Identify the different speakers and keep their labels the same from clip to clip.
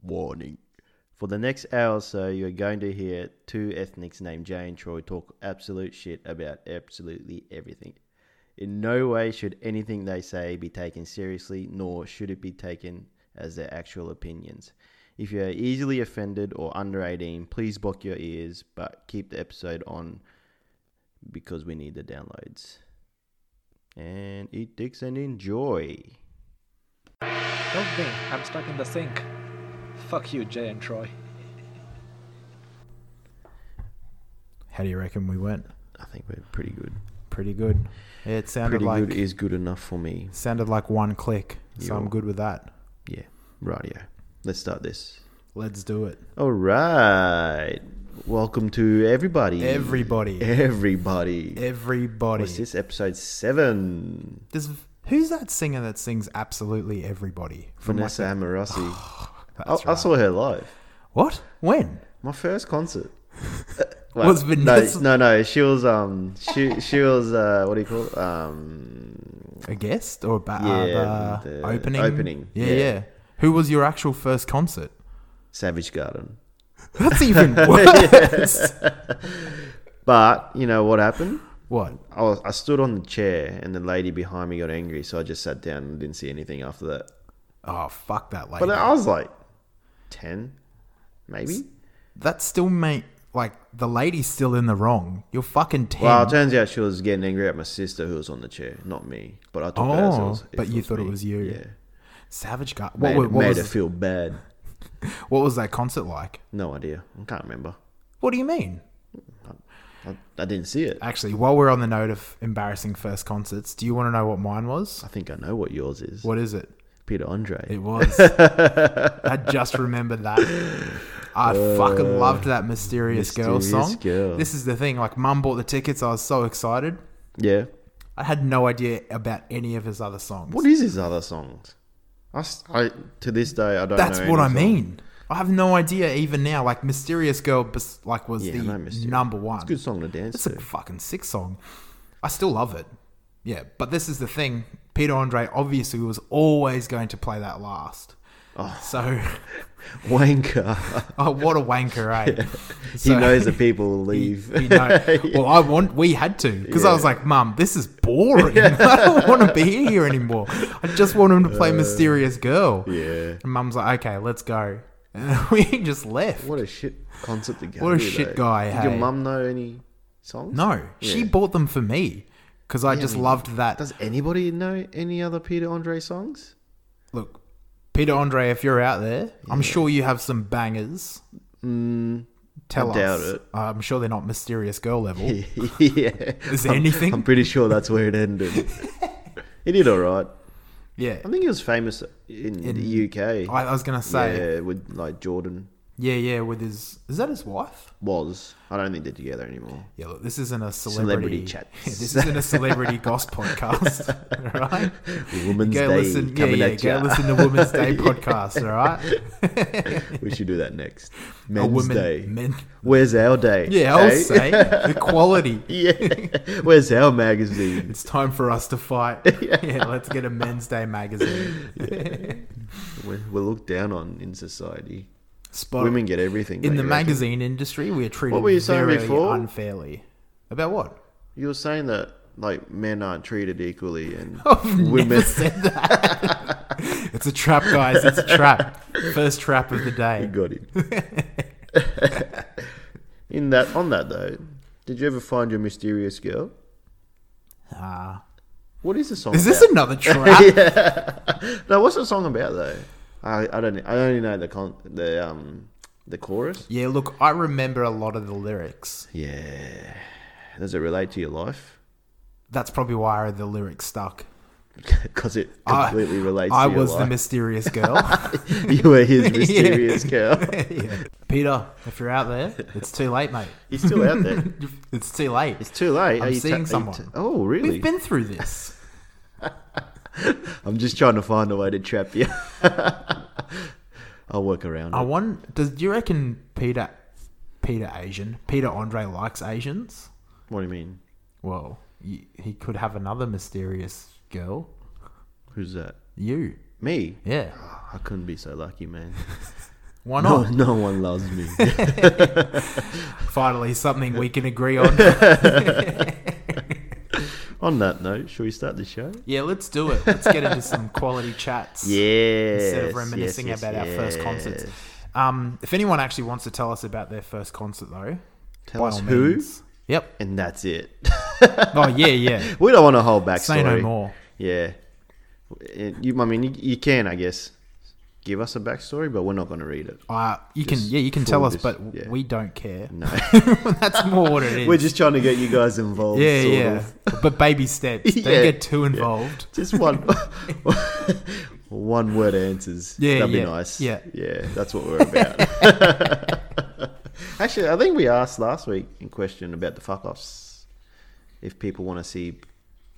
Speaker 1: Warning. For the next hour or so, you're going to hear two ethnics named Jay and Troy talk absolute shit about absolutely everything. In no way should anything they say be taken seriously, nor should it be taken as their actual opinions. If you are easily offended or under 18, please block your ears, but keep the episode on because we need the downloads. And eat dicks and enjoy.
Speaker 2: Help me, I'm stuck in the sink. Fuck you, Jay and Troy.
Speaker 3: How do you reckon we went?
Speaker 1: I think we're pretty good.
Speaker 3: Pretty good. It sounded
Speaker 1: Pretty
Speaker 3: like
Speaker 1: good is good enough for me.
Speaker 3: sounded like one click, so
Speaker 1: Yo.
Speaker 3: I'm good with that.
Speaker 1: Yeah. Rightio. Let's start this.
Speaker 3: Let's do it.
Speaker 1: All right. Welcome to everybody.
Speaker 3: Everybody,
Speaker 1: Everybody.
Speaker 3: everybody.
Speaker 1: What's this? Episode 7.
Speaker 3: There's, who's that singer that sings absolutely everybody? From like
Speaker 1: Vanessa
Speaker 3: the-
Speaker 1: Amorosi. I,
Speaker 3: Oh, That's
Speaker 1: I
Speaker 3: right.
Speaker 1: saw her live.
Speaker 3: What? When?
Speaker 1: My first concert.
Speaker 3: Was Vanessa-
Speaker 1: No, no, no. She was, um, she, she was, uh, what do you call it? Um,
Speaker 3: A guest or ba-
Speaker 1: Yeah,
Speaker 3: uh, the
Speaker 1: the
Speaker 3: opening?
Speaker 1: opening,
Speaker 3: Yeah,
Speaker 1: yeah.
Speaker 3: yeah, Who was your actual first concert?
Speaker 1: Savage Garden.
Speaker 3: That's even worse.
Speaker 1: But, you know what happened?
Speaker 3: What?
Speaker 1: I, was, I stood on the chair and the lady behind me got angry, so I just sat down and didn't see anything after that.
Speaker 3: Oh fuck that lady.
Speaker 1: But uh, I was like 10, maybe?
Speaker 3: that still made like the lady's still in the wrong. You're fucking ten.
Speaker 1: Well, it turns out she was getting angry at my sister who was on the chair, not me. But I took it as it
Speaker 3: Oh,
Speaker 1: was,
Speaker 3: but you thought it was you.
Speaker 1: Yeah.
Speaker 3: Savage guy.
Speaker 1: Made,
Speaker 3: What, wa- what
Speaker 1: made
Speaker 3: was
Speaker 1: her feel bad.
Speaker 3: What was that concert like?
Speaker 1: No idea. I can't remember.
Speaker 3: What do you mean?
Speaker 1: I, I didn't see it.
Speaker 3: Actually, while we're on the note of embarrassing first concerts, do you want to know what mine was?
Speaker 1: I think I know what yours is.
Speaker 3: What is it?
Speaker 1: Peter Andre.
Speaker 3: It was. I just remembered that. I fucking loved that mysterious, girl
Speaker 1: Uh, Mysterious
Speaker 3: song.
Speaker 1: Girl.
Speaker 3: This is the thing. Like, mum bought the tickets. I was so excited.
Speaker 1: yeah.
Speaker 3: I had no idea about any of his other songs.
Speaker 1: What is his other songs? I, s- I- to this day, I don't
Speaker 3: That's
Speaker 1: know.
Speaker 3: what
Speaker 1: any
Speaker 3: I
Speaker 1: song.
Speaker 3: mean. I have no idea even now. Like, mysterious girl, bes- like was
Speaker 1: Yeah,
Speaker 3: the
Speaker 1: no mystery.
Speaker 3: number one.
Speaker 1: It's a good song to dance
Speaker 3: It's
Speaker 1: to.
Speaker 3: a fucking sick song. I still love it. Yeah, but this is the thing. Peter Andre obviously was always going to play that last.
Speaker 1: Oh.
Speaker 3: So,
Speaker 1: Wanker.
Speaker 3: oh, what a wanker, eh?
Speaker 1: he
Speaker 3: So-
Speaker 1: knows the people will leave.
Speaker 3: You know, well, I want. We had to because I was
Speaker 1: Yeah.
Speaker 3: like, "Mum, this is boring. I don't want to be here anymore. I just want him to
Speaker 1: Uh,
Speaker 3: play Mysterious Girl."
Speaker 1: yeah.
Speaker 3: And Mum's like, "Okay, let's go." And we just left.
Speaker 1: What a shit concert to go
Speaker 3: What a
Speaker 1: to,
Speaker 3: shit
Speaker 1: though.
Speaker 3: guy,
Speaker 1: Did
Speaker 3: hey?
Speaker 1: your mum know any songs?
Speaker 3: No, she
Speaker 1: Yeah.
Speaker 3: bought them for me because I just
Speaker 1: mean,
Speaker 3: loved that.
Speaker 1: Does anybody know any other Peter Andre songs?
Speaker 3: Look, Peter Andre, if you're out there, I'm sure you have some bangers. Tell
Speaker 1: Mm, I doubt
Speaker 3: us.
Speaker 1: it.
Speaker 3: I'm sure they're not mysterious girl level.
Speaker 1: yeah.
Speaker 3: Is there
Speaker 1: I'm-
Speaker 3: anything?
Speaker 1: I'm pretty sure that's where it ended. he did all right.
Speaker 3: yeah.
Speaker 1: I think he was famous in, the UK.
Speaker 3: I, I was gonna say,
Speaker 1: yeah, with like Jordan
Speaker 3: yeah. yeah, with his is that his wife?
Speaker 1: was. I don't think they're together anymore.
Speaker 3: Yeah, look, this isn't a
Speaker 1: Celebrity
Speaker 3: celebrity,
Speaker 1: chats.
Speaker 3: this isn't a celebrity goss podcast, all right?
Speaker 1: Woman's
Speaker 3: Go
Speaker 1: Day
Speaker 3: listen, yeah,
Speaker 1: coming
Speaker 3: yeah.
Speaker 1: at
Speaker 3: Go
Speaker 1: ya.
Speaker 3: listen to Women's Day podcast, all right?
Speaker 1: We should do that next. Men's
Speaker 3: woman-
Speaker 1: Day.
Speaker 3: men-
Speaker 1: Where's our day?
Speaker 3: Yeah, I'll
Speaker 1: eh?
Speaker 3: say the quality.
Speaker 1: yeah. Where's our magazine?
Speaker 3: It's time for us to fight. yeah. let's get a Men's Day magazine.
Speaker 1: We're, we're looked down on in society.
Speaker 3: Spot
Speaker 1: Women get everything.
Speaker 3: in
Speaker 1: don't
Speaker 3: the
Speaker 1: you reckon?
Speaker 3: magazine industry, we are treated
Speaker 1: What were you saying
Speaker 3: very
Speaker 1: before?
Speaker 3: unfairly. About what?
Speaker 1: You were saying that like men aren't treated equally and
Speaker 3: I've
Speaker 1: women.
Speaker 3: never said that. it's a trap, guys. It's a trap. First trap of
Speaker 1: You
Speaker 3: the day.
Speaker 1: got him. in that, on that though, did you ever find your mysterious girl?
Speaker 3: Ah.
Speaker 1: What is the song?
Speaker 3: is this
Speaker 1: about?
Speaker 3: another trap?
Speaker 1: no? What's the song about though? I, I don't. I only know the con- the um the chorus.
Speaker 3: yeah, look, I remember a lot of the lyrics.
Speaker 1: Yeah. Does it relate to your life?
Speaker 3: That's probably why the lyrics stuck.
Speaker 1: Because it
Speaker 3: I-
Speaker 1: completely relates.
Speaker 3: I
Speaker 1: to your
Speaker 3: was the
Speaker 1: life.
Speaker 3: mysterious girl.
Speaker 1: you were his mysterious girl.
Speaker 3: Yeah. Peter, if you're out there, it's too late, mate.
Speaker 1: He's still out there.
Speaker 3: It's too late.
Speaker 1: It's too late.
Speaker 3: I'm
Speaker 1: Are you
Speaker 3: seeing
Speaker 1: are you
Speaker 3: someone.
Speaker 1: oh, really?
Speaker 3: We've been through this.
Speaker 1: I'm just trying to find a way to trap you. I'll work around.
Speaker 3: I
Speaker 1: it.
Speaker 3: want. Does do you reckon Peter, Peter Asian, Peter Andre likes Asians?
Speaker 1: What do you mean?
Speaker 3: Well, y he could have another mysterious girl.
Speaker 1: Who's that?
Speaker 3: You,
Speaker 1: Me?
Speaker 3: yeah.
Speaker 1: I couldn't be so lucky, man.
Speaker 3: Why
Speaker 1: No,
Speaker 3: not?
Speaker 1: no one loves me.
Speaker 3: Finally, something we can agree on.
Speaker 1: On that note, shall we start the show?
Speaker 3: yeah, let's do it. Let's get into some quality chats.
Speaker 1: Yeah.
Speaker 3: Instead of reminiscing about our first concerts. Um, if anyone actually wants to tell us about their first concert, though,
Speaker 1: Tell
Speaker 3: by
Speaker 1: us
Speaker 3: all
Speaker 1: who,
Speaker 3: means. Yep.
Speaker 1: and that's it.
Speaker 3: Oh yeah, yeah.
Speaker 1: we don't want to hold back.
Speaker 3: Say no more.
Speaker 1: Yeah. It- You, I mean, you, you can, I guess, give us a backstory, but we're not going to read it.
Speaker 3: Uh, you can
Speaker 1: Just
Speaker 3: yeah, you can
Speaker 1: full
Speaker 3: tell us,
Speaker 1: dis-
Speaker 3: but w
Speaker 1: yeah.
Speaker 3: we don't care.
Speaker 1: No,
Speaker 3: That's more what it is.
Speaker 1: we're just trying to get you guys involved.
Speaker 3: yeah,
Speaker 1: sort
Speaker 3: yeah.
Speaker 1: of.
Speaker 3: But baby steps. Don't
Speaker 1: Yeah.
Speaker 3: get too involved.
Speaker 1: Just one, one word answers.
Speaker 3: Yeah,
Speaker 1: that'd
Speaker 3: yeah,
Speaker 1: be nice.
Speaker 3: yeah.
Speaker 1: yeah. That's what we're about. Actually, I think we asked last week in question about the fuck offs. If people want to see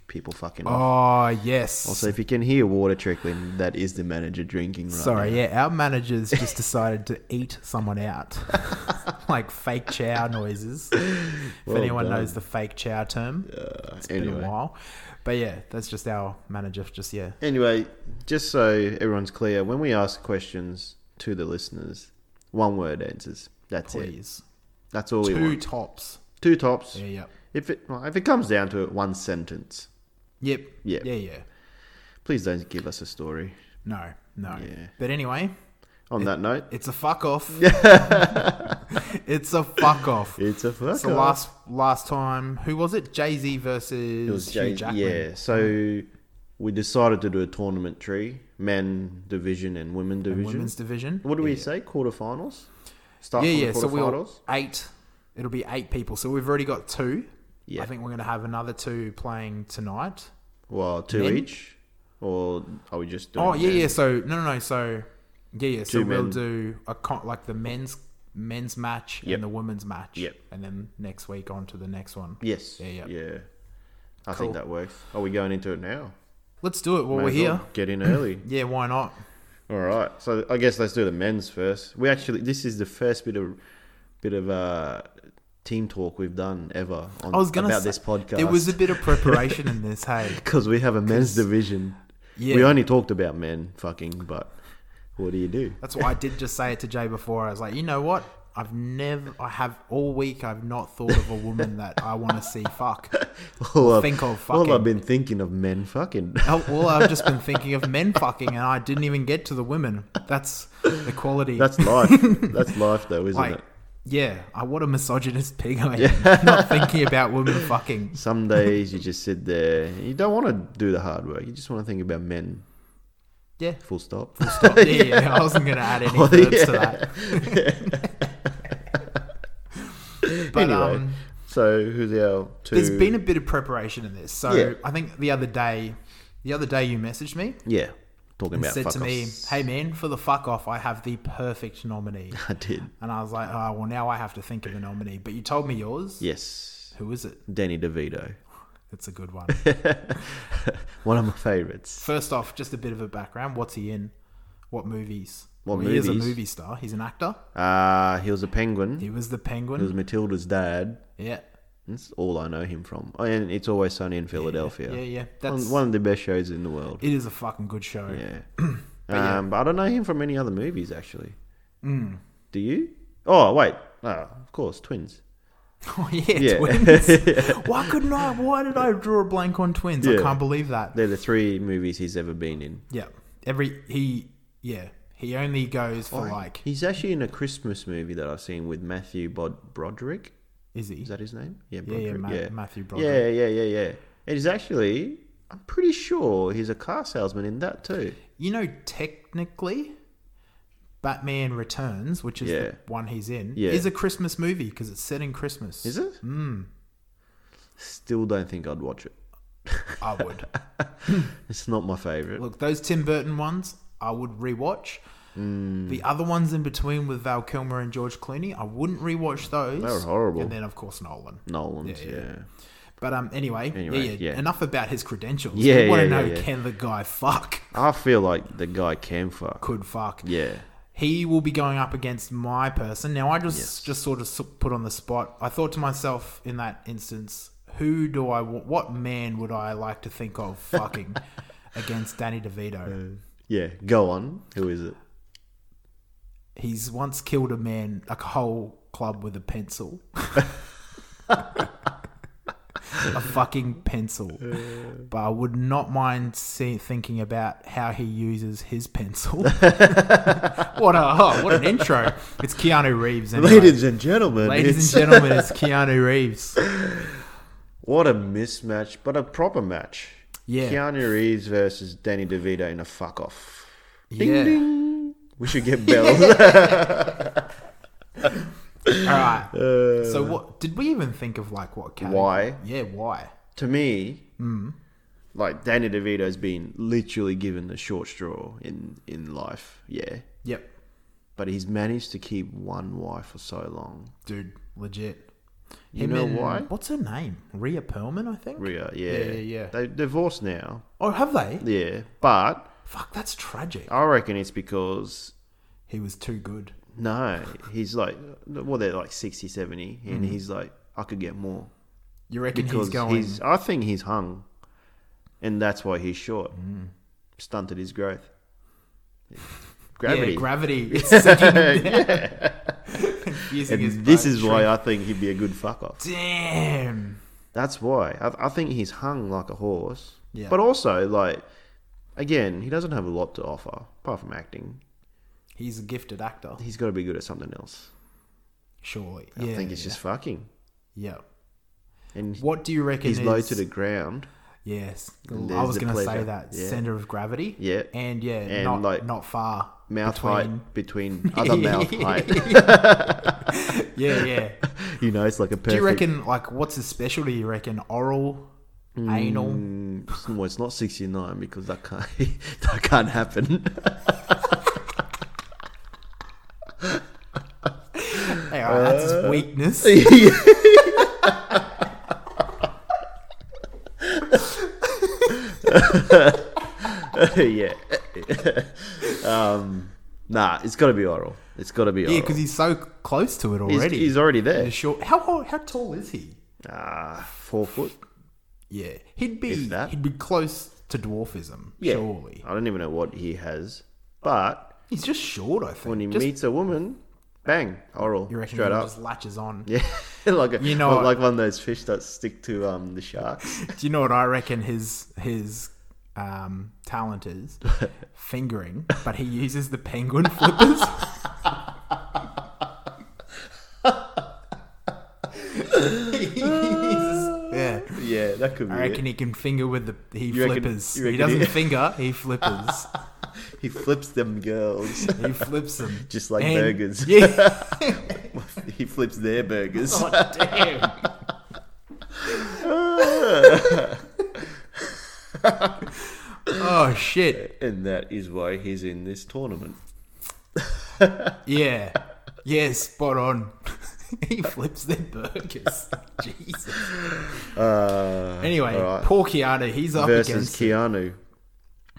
Speaker 1: people fucking off.
Speaker 3: Oh yes.
Speaker 1: Also, if you can hear water trickling, that is the manager drinking. Right
Speaker 3: Sorry,
Speaker 1: now.
Speaker 3: yeah, our managers just decided to eat someone out, like fake chow noises. if
Speaker 1: Well
Speaker 3: anyone
Speaker 1: done. Uh,
Speaker 3: knows the fake chow term, it's been a
Speaker 1: anyway.
Speaker 3: while. But yeah, that's just our manager. Just yeah,
Speaker 1: Anyway, just so everyone's clear, when we ask questions to the listeners, one word answers. That's it.
Speaker 3: please.
Speaker 1: That's all we
Speaker 3: Two
Speaker 1: want.
Speaker 3: tops.
Speaker 1: Two tops.
Speaker 3: Yeah, yeah.
Speaker 1: If it well, if it comes down to it, one sentence.
Speaker 3: Yep.
Speaker 1: Yep.
Speaker 3: Yeah, yeah.
Speaker 1: Please don't give us a story.
Speaker 3: No, no.
Speaker 1: Yeah.
Speaker 3: But anyway,
Speaker 1: On that note,
Speaker 3: it's a fuck off. it's a fuck off.
Speaker 1: it's a fuck.
Speaker 3: It's the
Speaker 1: off.
Speaker 3: last last time. Who was it? Jay Z versus
Speaker 1: It was
Speaker 3: Hugh
Speaker 1: Jay-
Speaker 3: Jackman.
Speaker 1: yeah. So we decided to do a tournament tree, men division and women division.
Speaker 3: Women's division.
Speaker 1: what do we say? Quarterfinals. Start
Speaker 3: yeah,
Speaker 1: from
Speaker 3: yeah.
Speaker 1: the
Speaker 3: So we'll
Speaker 1: quarterfinals.
Speaker 3: eight. It'll be eight people. So we've already got two.
Speaker 1: Yeah.
Speaker 3: I think we're going to have another two playing tonight.
Speaker 1: well, two
Speaker 3: men?
Speaker 1: each, or are we just doing?
Speaker 3: Oh yeah,
Speaker 1: men?
Speaker 3: yeah. So no, no, no. So yeah, yeah. So
Speaker 1: Two
Speaker 3: we'll
Speaker 1: men.
Speaker 3: do a con- like the men's men's match
Speaker 1: Yep.
Speaker 3: and the women's match.
Speaker 1: Yep.
Speaker 3: And then next week on to the next one.
Speaker 1: Yes.
Speaker 3: Yeah, yeah.
Speaker 1: I
Speaker 3: Cool.
Speaker 1: think that works. Are we going into it now?
Speaker 3: Let's do it while
Speaker 1: May
Speaker 3: we're
Speaker 1: as
Speaker 3: here.
Speaker 1: well Get in early.
Speaker 3: Yeah, why not?
Speaker 1: All right. So I guess let's do the men's first. We actually this is the first bit of bit of uh team talk we've done ever on
Speaker 3: I was gonna
Speaker 1: about
Speaker 3: say-
Speaker 1: this podcast.
Speaker 3: There was a bit of preparation in this. Hey.
Speaker 1: because we have a men's division.
Speaker 3: Yeah.
Speaker 1: We only talked about men fucking, but what do you do?
Speaker 3: That's why I did just say it to Jay before. I was like, you know what? I've never, I have all week, I've not thought of a woman that I want to see fuck.
Speaker 1: All I've-
Speaker 3: think of
Speaker 1: All
Speaker 3: fucking.
Speaker 1: I've been thinking of men fucking.
Speaker 3: Oh, Well, I've just been thinking of men fucking, and I didn't even get to the women. That's the quality.
Speaker 1: That's life. That's life, though, isn't
Speaker 3: like,
Speaker 1: it?
Speaker 3: yeah, I what a misogynist pig I am. not thinking about women fucking.
Speaker 1: Some days you just sit there. and You don't want to do the hard work. You just want to think about men.
Speaker 3: Yeah.
Speaker 1: Full stop.
Speaker 3: Stop. Yeah, yeah, I wasn't going to add any
Speaker 1: Oh,
Speaker 3: words
Speaker 1: yeah.
Speaker 3: to that. but
Speaker 1: anyway,
Speaker 3: um,
Speaker 1: so who's our two?
Speaker 3: there's been a bit of preparation in this. So
Speaker 1: Yeah.
Speaker 3: I think the other day, the other day you messaged me.
Speaker 1: yeah talking
Speaker 3: and
Speaker 1: about
Speaker 3: said
Speaker 1: fuck
Speaker 3: to me,
Speaker 1: offs.
Speaker 3: "Hey man, for the fuck off, I have the perfect nominee."
Speaker 1: I did.
Speaker 3: and I was like, "Oh well, now I have to think of a nominee." But you told me yours.
Speaker 1: Yes,
Speaker 3: Who is it?
Speaker 1: Danny DeVito,
Speaker 3: It's a good one.
Speaker 1: one of my favorites.
Speaker 3: First off, just a bit of a background. What's he in? What movies?
Speaker 1: What
Speaker 3: Well, He is a
Speaker 1: movies?
Speaker 3: movie star. He's an actor.
Speaker 1: Uh he was a penguin.
Speaker 3: He
Speaker 1: He
Speaker 3: was the
Speaker 1: was
Speaker 3: Penguin.
Speaker 1: Matilda's dad.
Speaker 3: Yeah,
Speaker 1: That's all I know him from. Oh, and it's always sunny in Philadelphia.
Speaker 3: yeah, yeah.
Speaker 1: One-
Speaker 3: That's
Speaker 1: One, of the best shows in the world.
Speaker 3: it. Is a fucking good show.
Speaker 1: yeah. um, but I don't know him from any other movies actually.
Speaker 3: Hmm.
Speaker 1: Do you? Oh wait, oh, of course, twins.
Speaker 3: Oh yeah,
Speaker 1: Yeah.
Speaker 3: twins. why couldn't I? Why did I draw a blank on twins? I
Speaker 1: Yeah.
Speaker 3: can't believe that.
Speaker 1: They're the three movies he's ever been in.
Speaker 3: Yeah, every he. Yeah, he only goes for like.
Speaker 1: He's actually in a Christmas movie that I've seen with Matthew Bod- Broderick.
Speaker 3: Is he?
Speaker 1: Is that his name? Yeah,
Speaker 3: Yeah, yeah, Ma- Matthew Broderick.
Speaker 1: Yeah, yeah, yeah, yeah. It is actually. I'm pretty sure he's a car salesman in that too.
Speaker 3: You know, technically, Batman Returns, which is
Speaker 1: Yeah.
Speaker 3: the one he's in,
Speaker 1: Yeah.
Speaker 3: is a Christmas movie because it's set in Christmas.
Speaker 1: Is it? Mm.
Speaker 3: Hmm.
Speaker 1: Still don't think I'd watch it.
Speaker 3: I would
Speaker 1: It's not my favorite.
Speaker 3: look those Tim Burton ones. I would rewatch.
Speaker 1: Mm.
Speaker 3: The other ones in between with Val Kilmer and George Clooney, I wouldn't rewatch those.
Speaker 1: They were horrible.
Speaker 3: And then, of course, Nolan.
Speaker 1: Nolan's,
Speaker 3: Yeah,
Speaker 1: yeah,
Speaker 3: yeah. But um, anyway,
Speaker 1: Anyway,
Speaker 3: yeah, yeah,
Speaker 1: yeah.
Speaker 3: Enough about his credentials.
Speaker 1: Yeah,
Speaker 3: we want to
Speaker 1: yeah, yeah,
Speaker 3: know
Speaker 1: yeah.
Speaker 3: can the guy fuck?
Speaker 1: I feel like the guy can fuck.
Speaker 3: Could fuck?
Speaker 1: Yeah.
Speaker 3: he will be going up against my person. Now, I just just sort of s- put on the spot. I thought to myself in that instance, who do I? wa- What man would I like to think of fucking against Danny DeVito?
Speaker 1: Yeah. Go on. Who is it?
Speaker 3: he's once killed a man, like a whole club with a pencil. a fucking pencil. But I would not mind see, thinking about how he uses his pencil. what a oh, what an intro! It's Keanu Reeves. Anyway.
Speaker 1: Ladies and gentlemen,
Speaker 3: Ladies
Speaker 1: it's-
Speaker 3: and gentlemen, it's Keanu Reeves.
Speaker 1: what a mismatch, but a proper match.
Speaker 3: Yeah.
Speaker 1: Keanu Reeves versus Danny DeVito in a fuck off. Ding
Speaker 3: Yeah.
Speaker 1: ding. We should get bells.
Speaker 3: All right. so what did we even think of? Like what?
Speaker 1: Uh,
Speaker 3: Category?
Speaker 1: Why?
Speaker 3: Yeah. Why?
Speaker 1: to me,
Speaker 3: Hmm.
Speaker 1: like Danny DeVito's been literally given the short straw in in life, yeah.
Speaker 3: Yep.
Speaker 1: But he's managed to keep one wife for so long.
Speaker 3: Dude, legit.
Speaker 1: You know why?
Speaker 3: What's her name? Rhea Perlman, I think.
Speaker 1: Rhea, yeah,
Speaker 3: Yeah, yeah, yeah.
Speaker 1: They divorced now,
Speaker 3: Oh, have they?
Speaker 1: yeah. But
Speaker 3: Fuck, that's tragic.
Speaker 1: I reckon it's because
Speaker 3: He was too good.
Speaker 1: no, he's like, well, they're like 60, 70, and he's like, I could get more
Speaker 3: You reckon
Speaker 1: because
Speaker 3: Hmm. he's going?
Speaker 1: he's. I think he's hung, and that's why he's short.
Speaker 3: Hmm.
Speaker 1: Stunted his growth. Gravity.
Speaker 3: Yeah, gravity. It's sinking Using his
Speaker 1: And this
Speaker 3: boat.
Speaker 1: is why I think he'd be a good fuck off.
Speaker 3: Damn.
Speaker 1: That's why I, I think he's hung like a horse.
Speaker 3: Yeah.
Speaker 1: But also, like, again, he doesn't have a lot to offer apart from acting.
Speaker 3: He's a gifted actor.
Speaker 1: He's got to be good at something else.
Speaker 3: Surely.
Speaker 1: I
Speaker 3: yeah.
Speaker 1: think it's
Speaker 3: yeah.
Speaker 1: just fucking.
Speaker 3: Yeah.
Speaker 1: And
Speaker 3: What do you reckon?
Speaker 1: he's
Speaker 3: is,
Speaker 1: low to the ground.
Speaker 3: Yes.
Speaker 1: And
Speaker 3: I
Speaker 1: there's
Speaker 3: was
Speaker 1: the
Speaker 3: going to say
Speaker 1: pleasure.
Speaker 3: that
Speaker 1: Yeah.
Speaker 3: center of gravity.
Speaker 1: Yeah.
Speaker 3: And yeah,
Speaker 1: And,
Speaker 3: not
Speaker 1: like,
Speaker 3: not far.
Speaker 1: Mouth
Speaker 3: between.
Speaker 1: height between other mouth height.
Speaker 3: Yeah, yeah.
Speaker 1: you know, it's like a perfect.
Speaker 3: Do you reckon like what's his specialty? You reckon oral, anal?
Speaker 1: Mm, it's- well, it's not 69 because that can't, that can't happen.
Speaker 3: Hey, all right, that's
Speaker 1: Uh,
Speaker 3: his weakness.
Speaker 1: yeah. um, nah, it's got to be oral. It's got to be oral.
Speaker 3: Yeah, because he's so close to it
Speaker 1: He's-
Speaker 3: already.
Speaker 1: he's already there.
Speaker 3: He's short. How ho- how tall is he?
Speaker 1: Ah, four foot.
Speaker 3: Yeah, he'd be
Speaker 1: If that.
Speaker 3: he'd be close to dwarfism.
Speaker 1: Yeah.
Speaker 3: Surely,
Speaker 1: I don't even know what he has, but
Speaker 3: he's just short. I think.
Speaker 1: when he
Speaker 3: Just-
Speaker 1: meets a woman, bang, oral,
Speaker 3: you reckon
Speaker 1: straight
Speaker 3: he
Speaker 1: up.
Speaker 3: just latches on?
Speaker 1: Yeah, like a,
Speaker 3: You know what?
Speaker 1: like one of those fish that stick to um the sharks.
Speaker 3: Do you know what I reckon his his um, talent is? Fingering, but he uses the penguin flippers. yeah.
Speaker 1: yeah, that could be.
Speaker 3: I reckon
Speaker 1: it.
Speaker 3: he can finger with the he
Speaker 1: You reckon-
Speaker 3: flippers.
Speaker 1: you
Speaker 3: he
Speaker 1: reckon
Speaker 3: doesn't
Speaker 1: he-
Speaker 3: finger, he flippers.
Speaker 1: He flips them girls.
Speaker 3: he flips them.
Speaker 1: Just like
Speaker 3: And-
Speaker 1: burgers.
Speaker 3: Yeah.
Speaker 1: he flips their burgers.
Speaker 3: God damn. oh shit.
Speaker 1: And that is why he's in this tournament.
Speaker 3: Yeah. Yeah, spot on. he flips their burgers. Jesus.
Speaker 1: Uh,
Speaker 3: Anyway,
Speaker 1: all right.
Speaker 3: poor Keanu, he's up
Speaker 1: versus
Speaker 3: against
Speaker 1: Keanu.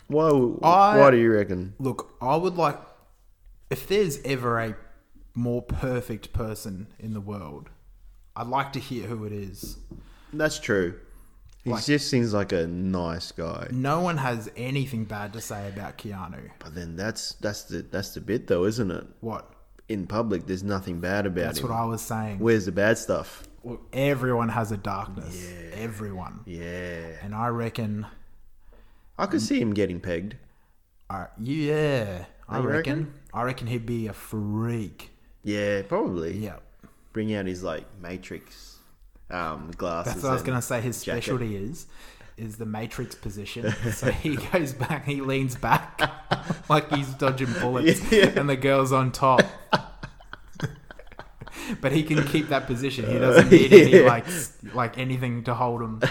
Speaker 1: Why?
Speaker 3: I-
Speaker 1: why do you reckon?
Speaker 3: Look, I would like if there's ever a more perfect person in the world, I'd like to hear who it is.
Speaker 1: That's true. He just seems like a nice guy.
Speaker 3: No one has anything bad to say about Keanu.
Speaker 1: But then that's that's the that's the bit though, isn't it?
Speaker 3: What?
Speaker 1: In public, there's nothing bad about
Speaker 3: That's
Speaker 1: him.
Speaker 3: what I was saying.
Speaker 1: Where's the bad stuff?
Speaker 3: Well, everyone has a darkness. Everyone.
Speaker 1: Yeah,
Speaker 3: And I reckon,
Speaker 1: I could see him getting pegged.
Speaker 3: I Uh, yeah, I
Speaker 1: You
Speaker 3: reckon,
Speaker 1: reckon?
Speaker 3: I reckon he'd be a freak.
Speaker 1: Yeah, probably.
Speaker 3: Yeah,
Speaker 1: Bring out his like Matrix um, glasses.
Speaker 3: that's what I was
Speaker 1: and-
Speaker 3: gonna say. His
Speaker 1: jacket.
Speaker 3: specialty is is the matrix position. So he goes back, he leans back like he's dodging bullets, and the girl's on top. But he can keep that position. He doesn't need any
Speaker 1: yeah.
Speaker 3: like s- like anything to hold him.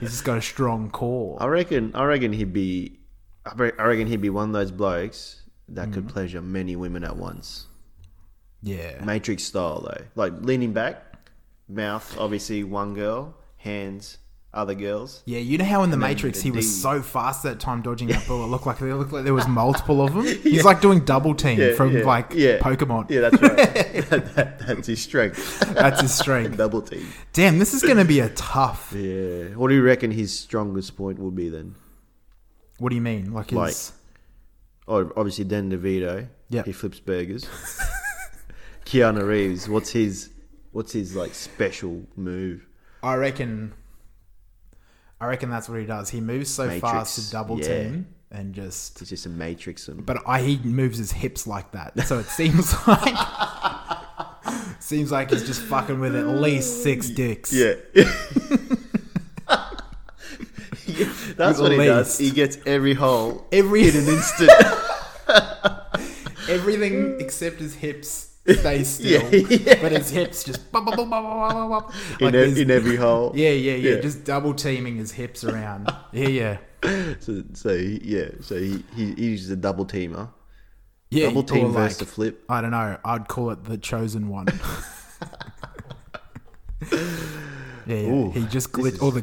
Speaker 3: He's just got a strong core.
Speaker 1: I reckon. I reckon he'd be. I re- I reckon he'd be one of those blokes that could
Speaker 3: Mm.
Speaker 1: pleasure many women at once.
Speaker 3: Yeah,
Speaker 1: Matrix style though, like leaning back, mouth obviously one girl, hands other girls.
Speaker 3: Yeah, you know how in the Matrix
Speaker 1: the
Speaker 3: he was
Speaker 1: D.
Speaker 3: so fast that time dodging that bullet looked like it looked like there was multiple of them. He's like doing double team from
Speaker 1: yeah,
Speaker 3: like
Speaker 1: yeah.
Speaker 3: Pokemon.
Speaker 1: Yeah, that's right. that, that, that's his strength.
Speaker 3: That's his strength.
Speaker 1: Double team.
Speaker 3: Damn, this is gonna be a tough.
Speaker 1: Yeah. What do you reckon his strongest point would be then?
Speaker 3: What do you mean? Like his
Speaker 1: Like- Oh, obviously Dan DeVito.
Speaker 3: Yeah.
Speaker 1: He flips burgers. Keanu Reeves, what's his what's his like special move?
Speaker 3: I reckon. I reckon that's what he does. He moves so fast
Speaker 1: Matrix,
Speaker 3: to double
Speaker 1: yeah.
Speaker 3: team and just.
Speaker 1: It's just a matrix and
Speaker 3: But I, he moves his hips like that, so it seems like seems like he's just fucking with at least six dicks.
Speaker 1: Yeah. That's what he does.
Speaker 3: least.
Speaker 1: He gets every hole
Speaker 3: every
Speaker 1: in an instant.
Speaker 3: everything except his hips stays still,
Speaker 1: Mm. Yeah, yeah.
Speaker 3: but his hips just bop, bop, bop, bop, bop, bop, bop.
Speaker 1: in,
Speaker 3: Like
Speaker 1: e-
Speaker 3: there's-
Speaker 1: in every hole.
Speaker 3: yeah, yeah, yeah,
Speaker 1: Yeah.
Speaker 3: Just double teaming his hips around. yeah, yeah,
Speaker 1: So, so he- yeah. So he, he, he uses a double teamer.
Speaker 3: yeah.
Speaker 1: double
Speaker 3: or
Speaker 1: team
Speaker 3: like,
Speaker 1: versus the flip.
Speaker 3: I don't know. I'd call it the chosen one. yeah, yeah.
Speaker 1: Ooh,
Speaker 3: he
Speaker 1: this
Speaker 3: just glitch
Speaker 1: is-
Speaker 3: or the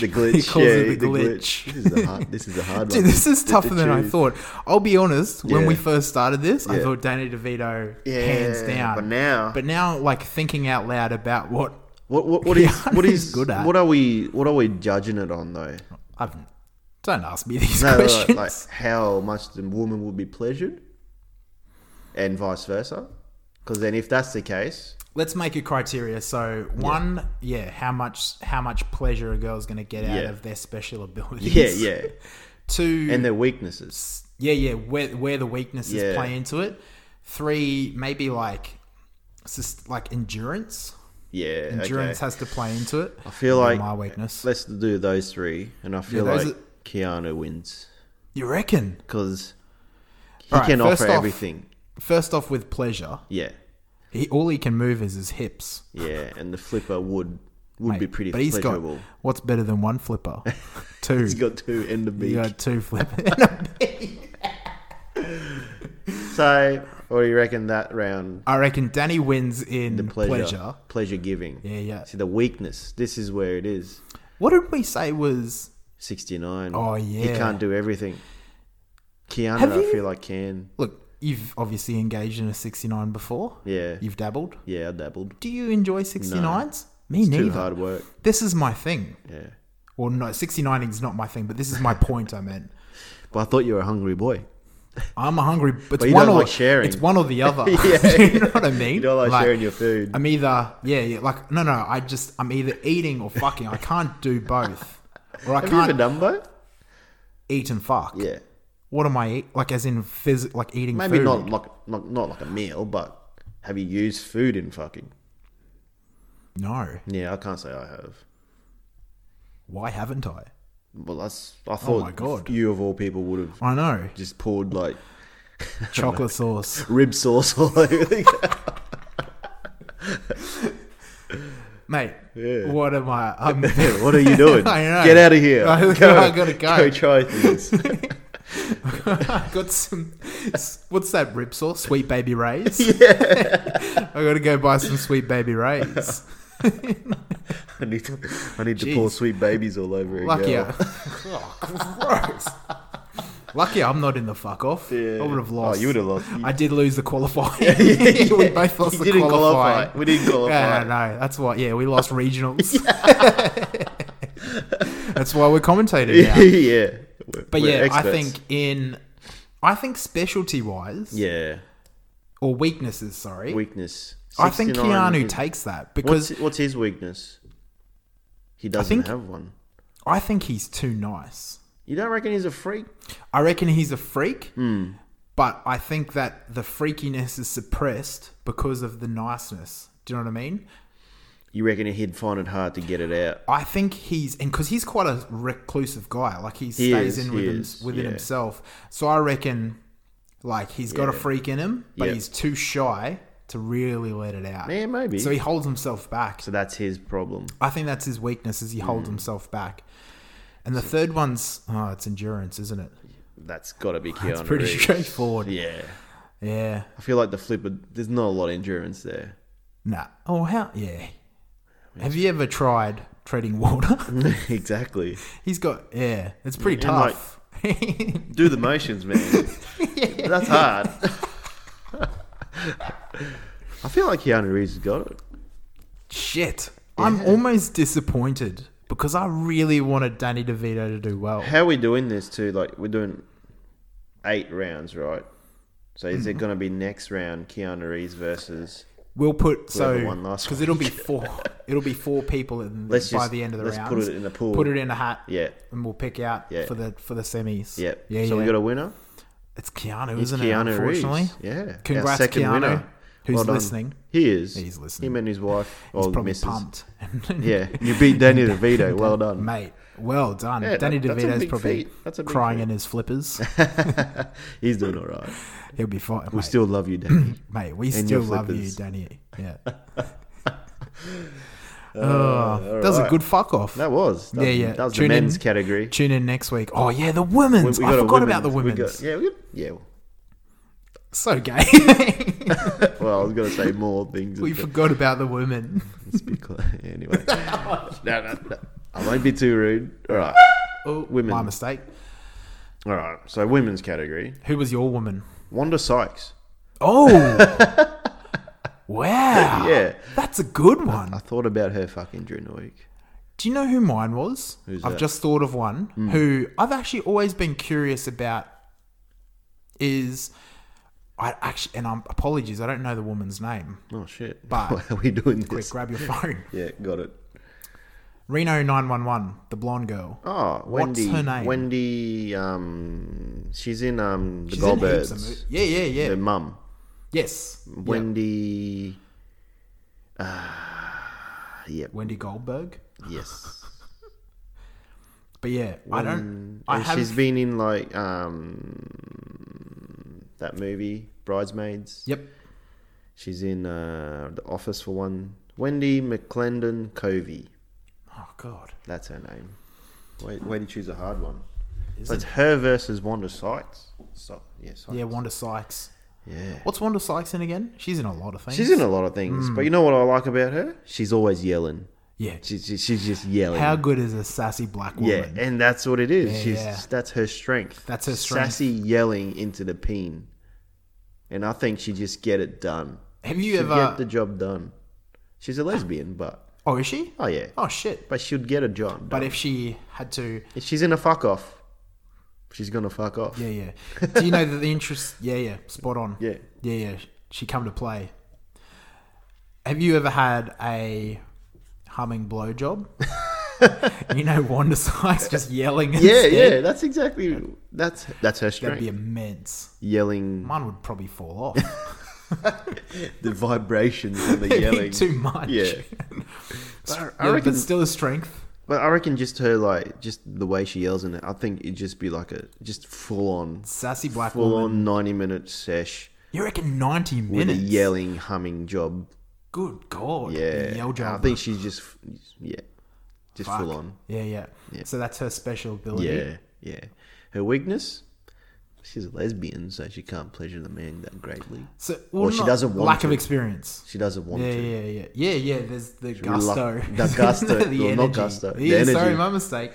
Speaker 1: The glitch.
Speaker 3: he calls
Speaker 1: yeah,
Speaker 3: it the glitch.
Speaker 1: This is a hard. This is a hard
Speaker 3: Dude,
Speaker 1: one.
Speaker 3: this is
Speaker 1: to- to
Speaker 3: tougher than I
Speaker 1: choose.
Speaker 3: thought. I'll be honest. When we
Speaker 1: Yeah.
Speaker 3: first started this, I
Speaker 1: Yeah.
Speaker 3: thought Danny DeVito
Speaker 1: Yeah,
Speaker 3: hands down.
Speaker 1: but now-
Speaker 3: but now, like thinking out loud about what
Speaker 1: What what what is
Speaker 3: Keanu
Speaker 1: what
Speaker 3: is
Speaker 1: is
Speaker 3: good at.
Speaker 1: What are we what are we judging it on though?
Speaker 3: I've don't ask me these
Speaker 1: No, like,
Speaker 3: questions.
Speaker 1: like how much the woman would be pleasured, and vice versa. Because then, if that's the case,
Speaker 3: Let's make a criteria. So one, yeah, how much how much pleasure a girl's going to get out
Speaker 1: Yeah.
Speaker 3: of their special abilities.
Speaker 1: yeah, yeah,
Speaker 3: Two,
Speaker 1: and their weaknesses.
Speaker 3: yeah, yeah, where where the weaknesses
Speaker 1: Yeah.
Speaker 3: play into it. Three, maybe like sus- like endurance.
Speaker 1: Yeah,
Speaker 3: Endurance
Speaker 1: okay.
Speaker 3: has to play into it. I
Speaker 1: feel like-
Speaker 3: my weakness.
Speaker 1: Let's do those three, and I feel
Speaker 3: those
Speaker 1: like
Speaker 3: are-
Speaker 1: Keanu wins
Speaker 3: You reckon?
Speaker 1: because he
Speaker 3: Alright,
Speaker 1: can
Speaker 3: first
Speaker 1: offer
Speaker 3: off-
Speaker 1: everything.
Speaker 3: First off, with pleasure,
Speaker 1: Yeah,
Speaker 3: he all he can move is his hips.
Speaker 1: yeah, and the flipper would would be
Speaker 3: mate.
Speaker 1: pretty
Speaker 3: but he's
Speaker 1: pleasurable.
Speaker 3: got what's better than one flipper? Two.
Speaker 1: He's got two and the beak.
Speaker 3: You got two flippers. and a
Speaker 1: So, what do you reckon that round?
Speaker 3: I reckon Danny wins in pleasure.
Speaker 1: Pleasure, pleasure, giving.
Speaker 3: Yeah, yeah.
Speaker 1: See the weakness. This is where it is.
Speaker 3: What did we say was?
Speaker 1: Sixty nine.
Speaker 3: Oh,
Speaker 1: he
Speaker 3: yeah.
Speaker 1: can't do everything. Keanu,
Speaker 3: Have
Speaker 1: I
Speaker 3: you-
Speaker 1: feel like can.
Speaker 3: Look, you've obviously engaged in a 69 before.
Speaker 1: Yeah,
Speaker 3: You've dabbled.
Speaker 1: yeah, I dabbled.
Speaker 3: Do you enjoy 69s? Me
Speaker 1: It's
Speaker 3: neither.
Speaker 1: too hard work.
Speaker 3: This is my thing.
Speaker 1: Yeah,
Speaker 3: Well, no, 69 is not my thing, but this is my point I meant.
Speaker 1: but I thought you were a hungry boy.
Speaker 3: I'm a hungry. It's
Speaker 1: you
Speaker 3: one
Speaker 1: don't
Speaker 3: or
Speaker 1: like sharing.
Speaker 3: It's one or the other.
Speaker 1: Yeah.
Speaker 3: you know what I mean?
Speaker 1: You don't like, sharing your food.
Speaker 3: I'm either yeah, yeah, like no, no. I just I'm either eating or fucking. I can't do both, or I
Speaker 1: Have you
Speaker 3: can't
Speaker 1: ever done both?
Speaker 3: eat and fuck.
Speaker 1: Yeah,
Speaker 3: What am I eat? Like as in phys- like eating
Speaker 1: maybe
Speaker 3: food.
Speaker 1: not like not, not like a meal, but have you used food in fucking?
Speaker 3: No.
Speaker 1: Yeah, I can't say I have.
Speaker 3: Why haven't I?
Speaker 1: Well, that's I thought
Speaker 3: Oh my God.
Speaker 1: you of all people would have
Speaker 3: I know.
Speaker 1: just poured like
Speaker 3: Chocolate sauce.
Speaker 1: rib sauce all over. the-
Speaker 3: Mate, what am I? I'm,
Speaker 1: Yeah, what are you doing?
Speaker 3: I know.
Speaker 1: Get out of here.
Speaker 3: I- I gotta go.
Speaker 1: Go try things.
Speaker 3: I got some. What's that rib sauce? Sweet Baby Ray's? I gotta go buy some Sweet Baby Ray's.
Speaker 1: I need to, I need to pour
Speaker 3: Jeez.
Speaker 1: sweet babies all over a
Speaker 3: Lucky
Speaker 1: girl.
Speaker 3: I. Oh, gross. Lucky I'm not in the fuck off.
Speaker 1: Yeah.
Speaker 3: I would have lost.
Speaker 1: Oh, you would have lost.
Speaker 3: I did lose the qualifying. we both lost
Speaker 1: You
Speaker 3: the
Speaker 1: didn't
Speaker 3: qualifying.
Speaker 1: qualify. We didn't qualify.
Speaker 3: Yeah, no, that's why. Yeah, we lost regionals. that's why we're commentating now.
Speaker 1: yeah. We're-
Speaker 3: But
Speaker 1: we're
Speaker 3: yeah, I
Speaker 1: experts.
Speaker 3: think in, I think specialty wise
Speaker 1: Yeah.
Speaker 3: or weaknesses. Sorry,
Speaker 1: Weakness.
Speaker 3: I think
Speaker 1: 69
Speaker 3: Keanu
Speaker 1: is-
Speaker 3: takes that
Speaker 1: What's,
Speaker 3: because
Speaker 1: what's his weakness? He doesn't
Speaker 3: think-
Speaker 1: have one.
Speaker 3: I think he's too nice.
Speaker 1: You don't reckon he's a freak?
Speaker 3: I reckon he's a freak,
Speaker 1: Hmm.
Speaker 3: but I think that the freakiness is suppressed because of the niceness. Do you know what I mean?
Speaker 1: You reckon he'd find it hard to get it out?
Speaker 3: I think he's and because he's quite a reclusive guy. Like he
Speaker 1: He
Speaker 3: stays
Speaker 1: is,
Speaker 3: in
Speaker 1: he
Speaker 3: with him,
Speaker 1: is,
Speaker 3: within
Speaker 1: yeah.
Speaker 3: himself. So I reckon, like he's got a freak in him, but
Speaker 1: Yeah.
Speaker 3: he's too shy to really let it out.
Speaker 1: Yeah, maybe.
Speaker 3: So he holds himself back.
Speaker 1: So that's his problem.
Speaker 3: I think that's his weakness is he holds
Speaker 1: Mm.
Speaker 3: himself back. And the third one's oh, it's endurance, isn't it?
Speaker 1: That's got to be Keanu.
Speaker 3: It's pretty
Speaker 1: Reeves.
Speaker 3: straightforward. Yeah.
Speaker 1: Yeah. I feel like the flipper. There's not a lot of endurance there.
Speaker 3: Nah. Oh how yeah. Have you ever tried treading water?
Speaker 1: exactly.
Speaker 3: he's got yeah, it's pretty
Speaker 1: And, like,
Speaker 3: tough.
Speaker 1: Do the motions, man. That's hard. I feel like Keanu Reeves has got it.
Speaker 3: Shit. I'm almost disappointed because I really wanted Danny DeVito to do well.
Speaker 1: How are we doing this too? Like we're doing
Speaker 3: Hmm.
Speaker 1: eight rounds, right? So is it going to be next round Keanu Reeves versus
Speaker 3: We'll put
Speaker 1: Whoever
Speaker 3: so
Speaker 1: won last
Speaker 3: because it'll be four. It'll be four people in,
Speaker 1: Let's
Speaker 3: by
Speaker 1: just-
Speaker 3: the end of the
Speaker 1: let's
Speaker 3: round.
Speaker 1: put it in a pool.
Speaker 3: Put it in a hat,
Speaker 1: Yeah.
Speaker 3: and we'll pick out
Speaker 1: Yeah.
Speaker 3: for the for the semis.
Speaker 1: Yeah.
Speaker 3: yeah.
Speaker 1: so
Speaker 3: yeah.
Speaker 1: we got a winner.
Speaker 3: it's Keanu,
Speaker 1: It's
Speaker 3: isn't
Speaker 1: Keanu
Speaker 3: it? Unfortunately,
Speaker 1: Reeves. Yeah.
Speaker 3: Congrats, Keanu, who's
Speaker 1: done.
Speaker 3: listening.
Speaker 1: He is.
Speaker 3: He's listening.
Speaker 1: Him and his wife.
Speaker 3: he's
Speaker 1: or
Speaker 3: probably
Speaker 1: missus.
Speaker 3: pumped.
Speaker 1: Yeah. You beat Danny DeVito. Well done.
Speaker 3: mate. Well done,
Speaker 1: Yeah,
Speaker 3: Danny
Speaker 1: that- that's a
Speaker 3: DeVito's
Speaker 1: big
Speaker 3: probably
Speaker 1: feat. That's a big
Speaker 3: crying
Speaker 1: feat.
Speaker 3: in his flippers.
Speaker 1: He's doing all right.
Speaker 3: He'll be fine.
Speaker 1: We
Speaker 3: mate.
Speaker 1: still love you, Danny.
Speaker 3: mate, we
Speaker 1: And your
Speaker 3: still love you,
Speaker 1: flippers.
Speaker 3: Danny. Yeah.
Speaker 1: all Uh,
Speaker 3: oh, that was
Speaker 1: right.
Speaker 3: a good fuck off.
Speaker 1: that was. That,
Speaker 3: Yeah, yeah.
Speaker 1: That was
Speaker 3: Tune
Speaker 1: the men's
Speaker 3: in.
Speaker 1: category.
Speaker 3: Tune in next week. Oh yeah, the
Speaker 1: We-
Speaker 3: women's.
Speaker 1: we
Speaker 3: I
Speaker 1: got a
Speaker 3: forgot about the
Speaker 1: women's-
Speaker 3: women's.
Speaker 1: we got- yeah, we, yeah.
Speaker 3: So gay.
Speaker 1: Well, I was going to say more things.
Speaker 3: we
Speaker 1: but-
Speaker 3: forgot about the women.
Speaker 1: Let's be clear. Anyway. no, no, no. I won't be too rude. All right.
Speaker 3: Oh,
Speaker 1: Women.
Speaker 3: My mistake.
Speaker 1: All right. So, women's category.
Speaker 3: Who was your woman?
Speaker 1: Wanda Sykes.
Speaker 3: Oh. wow.
Speaker 1: Yeah.
Speaker 3: That's a good
Speaker 1: I
Speaker 3: one.
Speaker 1: thought about her fucking during the week.
Speaker 3: Do you know who mine was?
Speaker 1: Who's
Speaker 3: I've
Speaker 1: that? Hmm.
Speaker 3: just thought of one who I've actually always been curious about is I actually and I'm apologies, I don't know the woman's name.
Speaker 1: Oh, shit.
Speaker 3: But-
Speaker 1: Why are we doing this?
Speaker 3: Quick, grab your phone.
Speaker 1: Yeah, got it.
Speaker 3: Reno nine one one, the blonde girl.
Speaker 1: Oh, Wendy.
Speaker 3: her name?
Speaker 1: Wendy. Um, she's in um the
Speaker 3: She's in heaps of
Speaker 1: Goldbergs.
Speaker 3: mo- Yeah, yeah, yeah.
Speaker 1: The mum.
Speaker 3: yes. Yeah.
Speaker 1: Wendy. Ah, yep.
Speaker 3: Wendy Goldberg.
Speaker 1: Yes.
Speaker 3: But yeah, I don't. I
Speaker 1: And
Speaker 3: have.
Speaker 1: she's been in like um that movie Bridesmaids.
Speaker 3: yep.
Speaker 1: She's in uh The Office for one. Wendy McClendon Covey.
Speaker 3: Oh God.
Speaker 1: That's her name. Wait, way to choose a hard one. so it's her versus Wanda Sykes. So, yeah, Sykes.
Speaker 3: Yeah, Wanda Sykes.
Speaker 1: yeah.
Speaker 3: What's Wanda Sykes in again? She's in a lot of things.
Speaker 1: She's in a lot of things, but you know what I like about her? She's always yelling.
Speaker 3: Yeah.
Speaker 1: She's just, she's just yelling.
Speaker 3: How good is a sassy black
Speaker 1: yeah,
Speaker 3: woman?
Speaker 1: and that's what it is.
Speaker 3: Yeah,
Speaker 1: she's
Speaker 3: yeah.
Speaker 1: that's her strength.
Speaker 3: That's her strength.
Speaker 1: Sassy yelling into the peen, and I think she just get it done.
Speaker 3: Have you
Speaker 1: She
Speaker 3: ever?
Speaker 1: get the job done. She's a lesbian, but
Speaker 3: Oh, is she?
Speaker 1: oh yeah,
Speaker 3: Oh shit.
Speaker 1: but she'd get a job.
Speaker 3: But
Speaker 1: But
Speaker 3: if she had to,
Speaker 1: if she's in a fuck off, she's gonna fuck off.
Speaker 3: yeah, yeah. Do you know that the interest? Yeah, yeah. Spot on.
Speaker 1: Yeah.
Speaker 3: Yeah, yeah. She come to play. Have you ever had a humming blowjob? you know, Wanda Sykes just yelling.
Speaker 1: yeah,
Speaker 3: instead?
Speaker 1: yeah, That's exactly that's that's her
Speaker 3: That'd
Speaker 1: strength.
Speaker 3: be immense.
Speaker 1: yelling,
Speaker 3: Mine would probably fall off.
Speaker 1: the vibrations and the
Speaker 3: It'd be
Speaker 1: yelling.
Speaker 3: too much.
Speaker 1: Yeah. But I, I
Speaker 3: Yeah,
Speaker 1: reckon
Speaker 3: but still a strength.
Speaker 1: But I reckon just her like just the way she yells in it, I think it'd just be like a just full on
Speaker 3: Sassy black
Speaker 1: full
Speaker 3: woman.
Speaker 1: on ninety minute sesh
Speaker 3: You reckon 90
Speaker 1: with a
Speaker 3: minutes?
Speaker 1: yelling humming job.
Speaker 3: Good God.
Speaker 1: Yeah.
Speaker 3: A yell job.
Speaker 1: I think she's just yeah. Just
Speaker 3: Fuck.
Speaker 1: full on.
Speaker 3: Yeah, yeah,
Speaker 1: Yeah.
Speaker 3: So that's her special ability.
Speaker 1: Yeah. Yeah. Her weakness? She's a lesbian, so she can't pleasure the man that greatly.
Speaker 3: So,
Speaker 1: Or she
Speaker 3: not-
Speaker 1: doesn't want
Speaker 3: Lack of
Speaker 1: to.
Speaker 3: experience.
Speaker 1: She doesn't want
Speaker 3: Yeah,
Speaker 1: to.
Speaker 3: yeah, yeah, yeah, yeah. There's the gusto,
Speaker 1: reluct- the gusto,
Speaker 3: the
Speaker 1: well,
Speaker 3: energy.
Speaker 1: not gusto, the
Speaker 3: Yeah,
Speaker 1: energy.
Speaker 3: sorry, my mistake.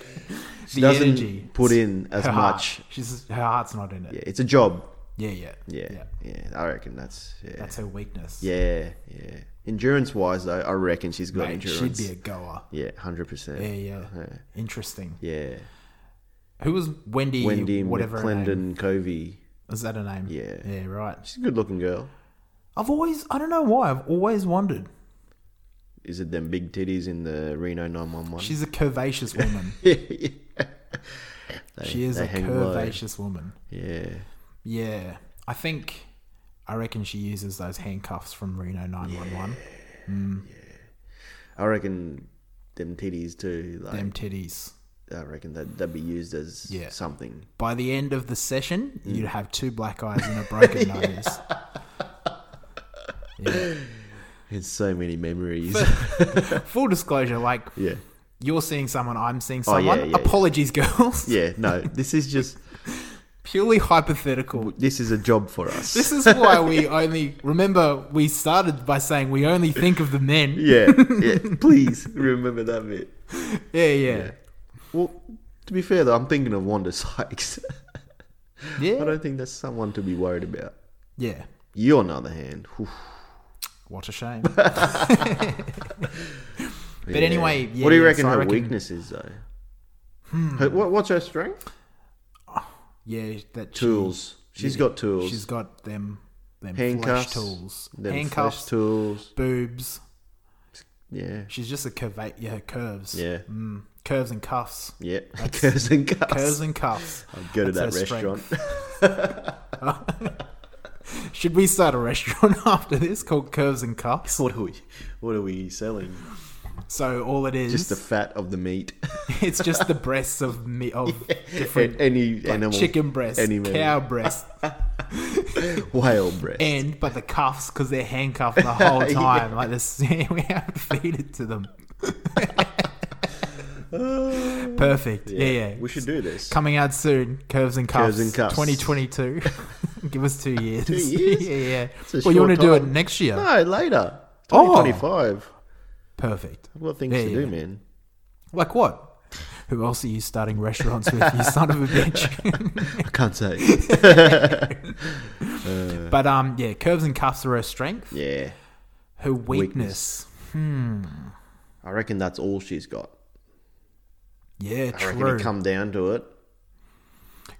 Speaker 1: She
Speaker 3: the
Speaker 1: doesn't
Speaker 3: energy.
Speaker 1: put in as
Speaker 3: Her heart.
Speaker 1: much.
Speaker 3: She's her heart's not in
Speaker 1: Yeah,
Speaker 3: it.
Speaker 1: it's a job.
Speaker 3: Yeah, yeah,
Speaker 1: Yeah. Yeah. I reckon that's yeah.
Speaker 3: That's her weakness.
Speaker 1: Yeah, yeah. Endurance wise, though, I reckon she's got
Speaker 3: Mate, she'd
Speaker 1: endurance.
Speaker 3: be a goer.
Speaker 1: yeah, hundred percent.
Speaker 3: Yeah, yeah.
Speaker 1: Yeah.
Speaker 3: Interesting.
Speaker 1: yeah.
Speaker 3: Who was Wendy?
Speaker 1: Wendy
Speaker 3: whatever her name
Speaker 1: McClendon Covey.
Speaker 3: is that a name?
Speaker 1: Yeah.
Speaker 3: yeah, right.
Speaker 1: She's a good-looking girl.
Speaker 3: I've always, I don't know why, I've always wondered.
Speaker 1: Is it them big titties in the Reno nine one one?
Speaker 3: She's a curvaceous woman. she is
Speaker 1: they
Speaker 3: a
Speaker 1: hang low.
Speaker 3: curvaceous woman.
Speaker 1: Yeah,
Speaker 3: Yeah, I think I reckon she uses those handcuffs from Reno 911.
Speaker 1: I reckon them titties too. Like
Speaker 3: Them titties.
Speaker 1: I reckon that that'd be used as
Speaker 3: Yeah.
Speaker 1: something.
Speaker 3: By the end of the session,
Speaker 1: Mm.
Speaker 3: you'd have two black eyes and a broken nose.
Speaker 1: It's so many memories.
Speaker 3: Full disclosure, like
Speaker 1: yeah,
Speaker 3: you're seeing someone, I'm seeing
Speaker 1: Oh, yeah,
Speaker 3: someone.
Speaker 1: yeah, yeah.
Speaker 3: Apologies, girls.
Speaker 1: yeah. No, this is just
Speaker 3: Purely hypothetical.
Speaker 1: this is a job for us.
Speaker 3: This is why we only remember we started by saying we only think of the men.
Speaker 1: yeah, yeah. Please remember that bit.
Speaker 3: Yeah, yeah,
Speaker 1: Well, to be fair though, I'm thinking of Wanda Sykes. I
Speaker 3: yeah,
Speaker 1: don't think that's someone to be worried about.
Speaker 3: yeah.
Speaker 1: You, on the other hand, oof,
Speaker 3: What a shame. but anyway, yeah,
Speaker 1: what do you
Speaker 3: yeah,
Speaker 1: reckon
Speaker 3: so I Hmm.
Speaker 1: her weakness is though? Her, what, what's her strength?
Speaker 3: Yeah, that she-
Speaker 1: Tools. She's got tools.
Speaker 3: She's got them them
Speaker 1: Handcuffs,
Speaker 3: flesh tools,
Speaker 1: them flesh
Speaker 3: handcuffs,
Speaker 1: tools.
Speaker 3: boobs.
Speaker 1: Yeah,
Speaker 3: She's just a curva- yeah, curves.
Speaker 1: yeah,
Speaker 3: Mm, curves and cuffs.
Speaker 1: yeah. Curves and cuffs.
Speaker 3: Curves and cuffs.
Speaker 1: I'd go to that
Speaker 3: That's her
Speaker 1: restaurant.
Speaker 3: strength. Should we start a restaurant after this called Curves and Cuffs?
Speaker 1: what are we? What are we selling?
Speaker 3: So all it is,
Speaker 1: Just the fat of the meat.
Speaker 3: it's just the breasts of me of different
Speaker 1: any
Speaker 3: like,
Speaker 1: animal,
Speaker 3: chicken breasts,
Speaker 1: any mammal.
Speaker 3: cow breasts,
Speaker 1: whale breast.
Speaker 3: and but the cuffs because they're handcuffed the whole time. Like this, we have to feed it to them. Perfect. Yeah, yeah.
Speaker 1: we should do this.
Speaker 3: Coming out soon, Curves and Cuffs,
Speaker 1: Curves and Cuffs.
Speaker 3: 2022. Give us two years.
Speaker 1: Two years?
Speaker 3: yeah, yeah.
Speaker 1: a
Speaker 3: well, you
Speaker 1: short
Speaker 3: want to do it
Speaker 1: time.
Speaker 3: next year?
Speaker 1: No, later.
Speaker 3: Oh.
Speaker 1: 2025.
Speaker 3: Perfect.
Speaker 1: I've got things
Speaker 3: Yeah,
Speaker 1: to
Speaker 3: yeah.
Speaker 1: do, man.
Speaker 3: Like what? Who else are you starting restaurants with, you son of a bitch?
Speaker 1: I can't say.
Speaker 3: but um, yeah, curves and cuffs are her strength.
Speaker 1: yeah.
Speaker 3: Her weakness.
Speaker 1: I reckon that's all she's got.
Speaker 3: Yeah,
Speaker 1: I reckon
Speaker 3: true.
Speaker 1: it come down to it.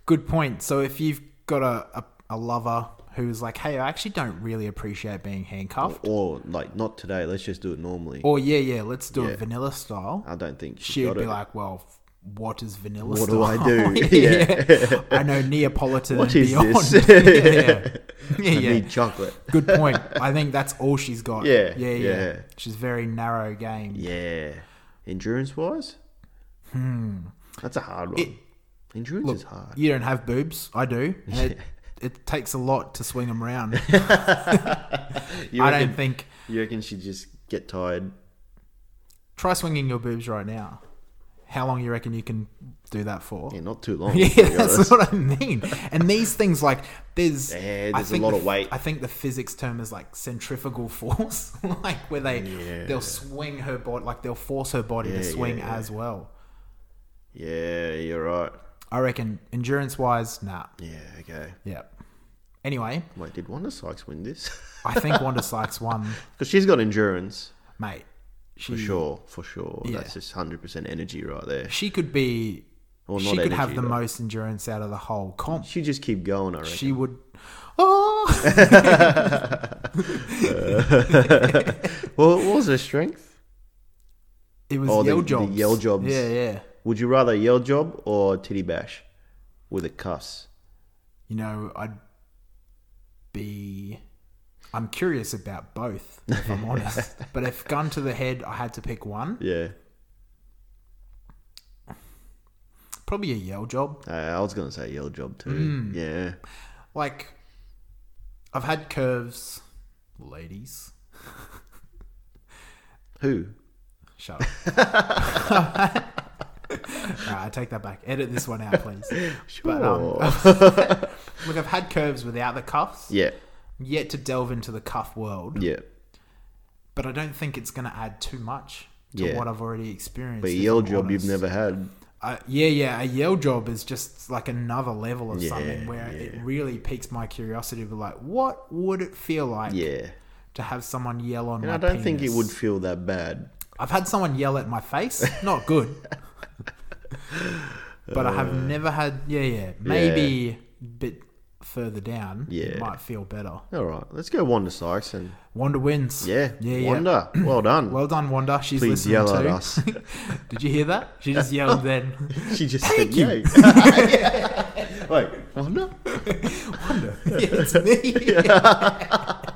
Speaker 3: Good point. So if you've got a, a, a lover who's like, hey, I actually don't really appreciate being handcuffed,
Speaker 1: Or, like, not today. Let's just do it normally.
Speaker 3: or yeah, yeah, let's do
Speaker 1: Oh. Yeah.
Speaker 3: it vanilla style.
Speaker 1: I don't think she's
Speaker 3: she would
Speaker 1: got
Speaker 3: be
Speaker 1: it.
Speaker 3: like, well, f- what is vanilla
Speaker 1: What do
Speaker 3: style?
Speaker 1: I do?
Speaker 3: yeah. I know Neapolitan
Speaker 1: What
Speaker 3: and
Speaker 1: is
Speaker 3: beyond.
Speaker 1: this?
Speaker 3: yeah, yeah.
Speaker 1: I
Speaker 3: yeah, yeah.
Speaker 1: need chocolate.
Speaker 3: Good point. I think that's all she's got.
Speaker 1: Yeah,
Speaker 3: yeah, yeah.
Speaker 1: yeah.
Speaker 3: She's very narrow game.
Speaker 1: Yeah. Endurance wise? Hmm. That's a hard one.
Speaker 3: It-
Speaker 1: Endurance
Speaker 3: Look,
Speaker 1: is hard.
Speaker 3: you don't have boobs. I do. And It, it takes a lot to swing them around.
Speaker 1: You
Speaker 3: I
Speaker 1: reckon,
Speaker 3: don't think.
Speaker 1: you reckon she just get tired?
Speaker 3: Try swinging your boobs right now. How long you reckon you can do that for?
Speaker 1: Yeah, not too long.
Speaker 3: Yeah,
Speaker 1: to be
Speaker 3: that's
Speaker 1: honest.
Speaker 3: what I mean. And these things, like, there's,
Speaker 1: Yeah,
Speaker 3: I
Speaker 1: there's a
Speaker 3: think
Speaker 1: lot
Speaker 3: the-
Speaker 1: of weight.
Speaker 3: I think the physics term is like centrifugal force, like where they
Speaker 1: Yeah.
Speaker 3: they'll swing her body, like they'll force her body
Speaker 1: Yeah,
Speaker 3: to
Speaker 1: yeah,
Speaker 3: swing
Speaker 1: yeah.
Speaker 3: as well.
Speaker 1: Yeah, you're right.
Speaker 3: I reckon endurance wise, nah.
Speaker 1: Yeah, okay.
Speaker 3: Yep. Anyway,
Speaker 1: Wait, did Wanda Sykes win this?
Speaker 3: I think Wanda Sykes won,
Speaker 1: Because she's got endurance.
Speaker 3: mate. She
Speaker 1: For sure, for sure.
Speaker 3: Mm. Yeah.
Speaker 1: That's just 100% energy right there.
Speaker 3: she could be,
Speaker 1: Well,
Speaker 3: she
Speaker 1: not
Speaker 3: could have
Speaker 1: energy,
Speaker 3: the
Speaker 1: but-
Speaker 3: most endurance out of the whole comp.
Speaker 1: She just keep going, I reckon.
Speaker 3: She would. Oh.
Speaker 1: well, what was her strength?
Speaker 3: It was
Speaker 1: Oh, the-
Speaker 3: yell
Speaker 1: the
Speaker 3: jobs.
Speaker 1: yell jobs.
Speaker 3: Yeah, yeah.
Speaker 1: Would you rather yell job or titty bash with a cuss?
Speaker 3: You know, I'd be. I'm curious about both, if I'm honest. but if gun to the head, I had to pick one.
Speaker 1: Yeah.
Speaker 3: Probably a yell job.
Speaker 1: Uh, I was going to say yell job too.
Speaker 3: Mm.
Speaker 1: Yeah.
Speaker 3: Like, I've had curves, ladies.
Speaker 1: Who?
Speaker 3: Shut up. Alright, I take that back. Edit this one out, please.
Speaker 1: Sure.
Speaker 3: But, um, Look, I've had curves without the cuffs.
Speaker 1: yeah.
Speaker 3: Yet to delve into the cuff world.
Speaker 1: Yeah.
Speaker 3: but I don't think it's going to add too much to
Speaker 1: Yeah.
Speaker 3: what I've already experienced.
Speaker 1: But
Speaker 3: if
Speaker 1: yell
Speaker 3: I'm
Speaker 1: job you've
Speaker 3: honest.
Speaker 1: never had.
Speaker 3: Uh, yeah, yeah. A yell job is just like another level of
Speaker 1: Yeah,
Speaker 3: something where
Speaker 1: yeah.
Speaker 3: it really piques my curiosity. To be like, what would it feel like
Speaker 1: Yeah.
Speaker 3: to have someone yell on
Speaker 1: And
Speaker 3: my
Speaker 1: I don't think it
Speaker 3: penis?
Speaker 1: would feel that bad.
Speaker 3: I've had someone yell at my face. Not good. but I
Speaker 1: Uh,
Speaker 3: have never had. Yeah, yeah. Maybe a bit further down.
Speaker 1: Yeah.
Speaker 3: It might feel better.
Speaker 1: All right. Let's go Wanda Sykes and.
Speaker 3: Wanda wins.
Speaker 1: Yeah.
Speaker 3: Yeah, yeah.
Speaker 1: Wanda. Well done.
Speaker 3: Well done, Wanda. She's
Speaker 1: Please
Speaker 3: listening
Speaker 1: yell
Speaker 3: too.
Speaker 1: at us.
Speaker 3: Did you hear that? She just yelled then.
Speaker 1: she just
Speaker 3: Thank
Speaker 1: said
Speaker 3: you.
Speaker 1: yay. Wait, Wanda?
Speaker 3: yeah, it's me.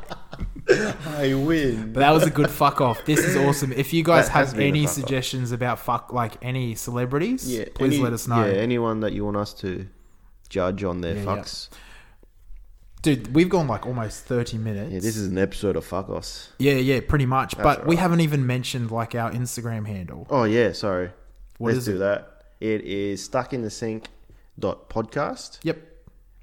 Speaker 1: I win.
Speaker 3: But that was a good fuck off. This is awesome. If you guys
Speaker 1: That has
Speaker 3: have
Speaker 1: been a
Speaker 3: any
Speaker 1: fuck off.
Speaker 3: suggestions about fuck like any celebrities,
Speaker 1: Yeah,
Speaker 3: please
Speaker 1: any-
Speaker 3: let us know.
Speaker 1: Yeah, anyone that you want us to judge on their
Speaker 3: Yeah, yeah.
Speaker 1: fucks.
Speaker 3: Dude, we've gone like almost 30 minutes.
Speaker 1: Yeah, this is an episode of fuck us.
Speaker 3: yeah, yeah, pretty much. But
Speaker 1: all
Speaker 3: we
Speaker 1: right.
Speaker 3: haven't even mentioned like our Instagram handle.
Speaker 1: Oh yeah, sorry.
Speaker 3: What
Speaker 1: Let's
Speaker 3: is
Speaker 1: do
Speaker 3: it?
Speaker 1: that. It is stuck in the sink dot podcast.
Speaker 3: Yep.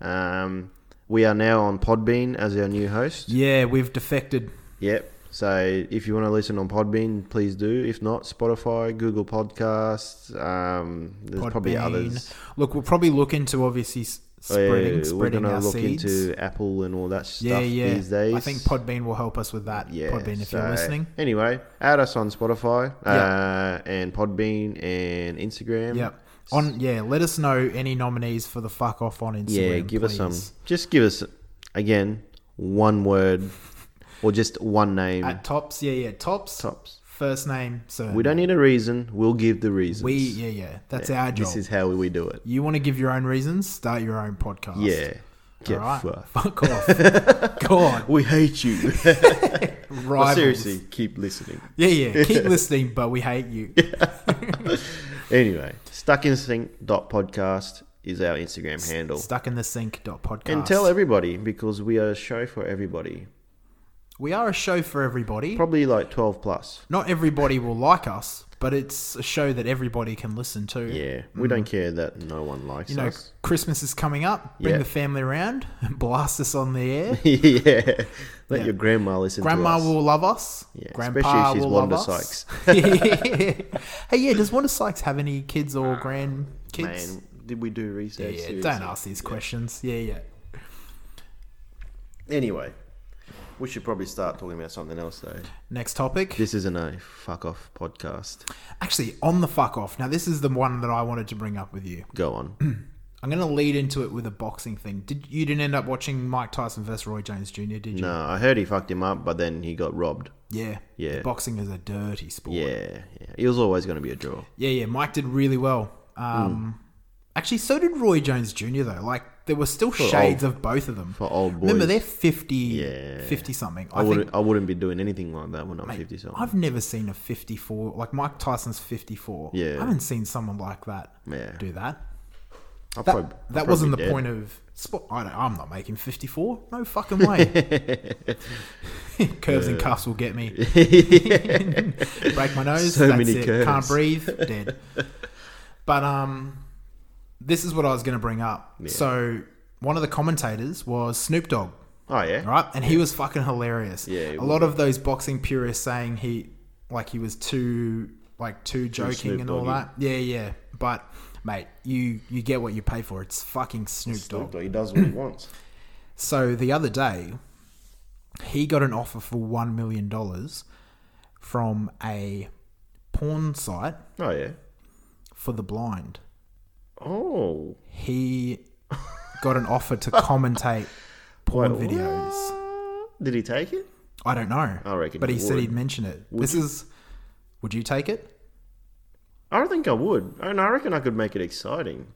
Speaker 1: Um, we are now on Podbean as our new host.
Speaker 3: Yeah, we've defected.
Speaker 1: Yep. So if you want to listen on Podbean, please do. If not, Spotify, Google Podcasts. Um, there's probably
Speaker 3: Podbean.
Speaker 1: others.
Speaker 3: Look, we'll probably look into obviously s-
Speaker 1: Oh, yeah,
Speaker 3: spreading,
Speaker 1: we're
Speaker 3: spreading
Speaker 1: gonna
Speaker 3: our
Speaker 1: look
Speaker 3: seeds.
Speaker 1: into Apple and all that stuff
Speaker 3: yeah, yeah.
Speaker 1: these days.
Speaker 3: I think Podbean will help us with that. Podbean, if you're
Speaker 1: so
Speaker 3: listening.
Speaker 1: Anyway, add us on Spotify
Speaker 3: Yeah.
Speaker 1: uh, and Podbean and Instagram.
Speaker 3: Yep. On yeah, let us know any nominees for the fuck off on Instagram.
Speaker 1: Yeah, give us some.
Speaker 3: please.
Speaker 1: Just give us again one word or just one name.
Speaker 3: At tops, yeah, yeah, tops.
Speaker 1: Tops.
Speaker 3: First name, surname.
Speaker 1: We don't need a reason. We'll give the reasons.
Speaker 3: We, yeah, yeah. That's our job.
Speaker 1: This is how we do it.
Speaker 3: you want to give your own reasons? Start your own podcast.
Speaker 1: Yeah. Get
Speaker 3: All right.
Speaker 1: fucked.
Speaker 3: Fuck off. God.
Speaker 1: We hate you.
Speaker 3: Rivals.
Speaker 1: Seriously, keep listening.
Speaker 3: Yeah, yeah. Keep listening, but we hate you.
Speaker 1: Anyway, stuckinsync.podcast is our Instagram handle.
Speaker 3: Stuck in the sink. Dot podcast.
Speaker 1: And tell everybody because we are a show for everybody.
Speaker 3: we are a show for everybody.
Speaker 1: Probably like 12 plus.
Speaker 3: Not everybody will like us, but it's a show that everybody can listen to.
Speaker 1: Yeah. We don't care that no one likes
Speaker 3: Mm. You know,
Speaker 1: us.
Speaker 3: Christmas is coming up. Bring
Speaker 1: Yeah.
Speaker 3: the family around and blast us on the air.
Speaker 1: yeah. Let
Speaker 3: Yeah.
Speaker 1: your grandma listen
Speaker 3: Grandma
Speaker 1: to us.
Speaker 3: will love us.
Speaker 1: Yeah,
Speaker 3: Grandpa
Speaker 1: especially if she's
Speaker 3: will
Speaker 1: Wanda
Speaker 3: love us.
Speaker 1: Sykes.
Speaker 3: hey, yeah, does Wanda Sykes have any kids or grandkids?
Speaker 1: Man, did we do
Speaker 3: yeah,
Speaker 1: research?
Speaker 3: yeah,
Speaker 1: Seriously.
Speaker 3: don't ask these questions. Yeah, yeah.
Speaker 1: Anyway, we should probably start talking about something else though.
Speaker 3: Next topic.
Speaker 1: This isn't a fuck off podcast.
Speaker 3: Actually, on the fuck off. Now, this is the one that I wanted to bring up with you.
Speaker 1: Go on.
Speaker 3: I'm going to lead into it with a boxing thing. Did you didn't end up watching Mike Tyson versus Roy Jones Jr. Did you?
Speaker 1: no, I heard he fucked him up, but then he got robbed.
Speaker 3: Yeah.
Speaker 1: Yeah.
Speaker 3: Boxing is a dirty sport.
Speaker 1: Yeah, yeah. It was always going to be a draw.
Speaker 3: Yeah, yeah. Mike did really well. Um,
Speaker 1: Hmm.
Speaker 3: Actually, so did Roy Jones Jr. Though, like there were still shades of both of them.
Speaker 1: for old
Speaker 3: Remember,
Speaker 1: boys.
Speaker 3: they're 50,
Speaker 1: Yeah.
Speaker 3: 50 something.
Speaker 1: I,
Speaker 3: I,
Speaker 1: wouldn't.
Speaker 3: think
Speaker 1: I wouldn't be doing anything like that when I'm fifty something.
Speaker 3: I've never seen a fifty-four like Mike Tyson's fifty-four.
Speaker 1: Yeah.
Speaker 3: I haven't seen someone like that
Speaker 1: Yeah.
Speaker 3: do that.
Speaker 1: I'll
Speaker 3: That,
Speaker 1: prob- I'll
Speaker 3: that wasn't the
Speaker 1: probably
Speaker 3: point of. Sport. I don't, I'm not making fifty-four. No fucking way. curves and cuffs will get me. Break my nose.
Speaker 1: So
Speaker 3: that's
Speaker 1: many
Speaker 3: it.
Speaker 1: curves.
Speaker 3: Can't breathe. Dead. but um, this is what I was going to bring up. So one of the commentators was Snoop Dogg,
Speaker 1: Oh yeah.
Speaker 3: right? And he was fucking hilarious.
Speaker 1: Yeah, he
Speaker 3: A lot of those boxing purists saying he like he was too like too joking
Speaker 1: Snoop
Speaker 3: and all
Speaker 1: Doggy.
Speaker 3: that. Yeah, yeah. But mate, you you get what you pay for. It's fucking Snoop Dogg.
Speaker 1: He does what he wants.
Speaker 3: So the other day, he got an offer for one million dollars from a porn site
Speaker 1: Oh yeah.
Speaker 3: for the blind.
Speaker 1: Oh.
Speaker 3: He got an offer to commentate porn
Speaker 1: Wait,
Speaker 3: videos.
Speaker 1: Did he take it?
Speaker 3: I don't know.
Speaker 1: I reckon
Speaker 3: but he
Speaker 1: he
Speaker 3: said
Speaker 1: would.
Speaker 3: he'd mention it. this is. Would you take it?
Speaker 1: I don't think I would. And I reckon I could make it exciting.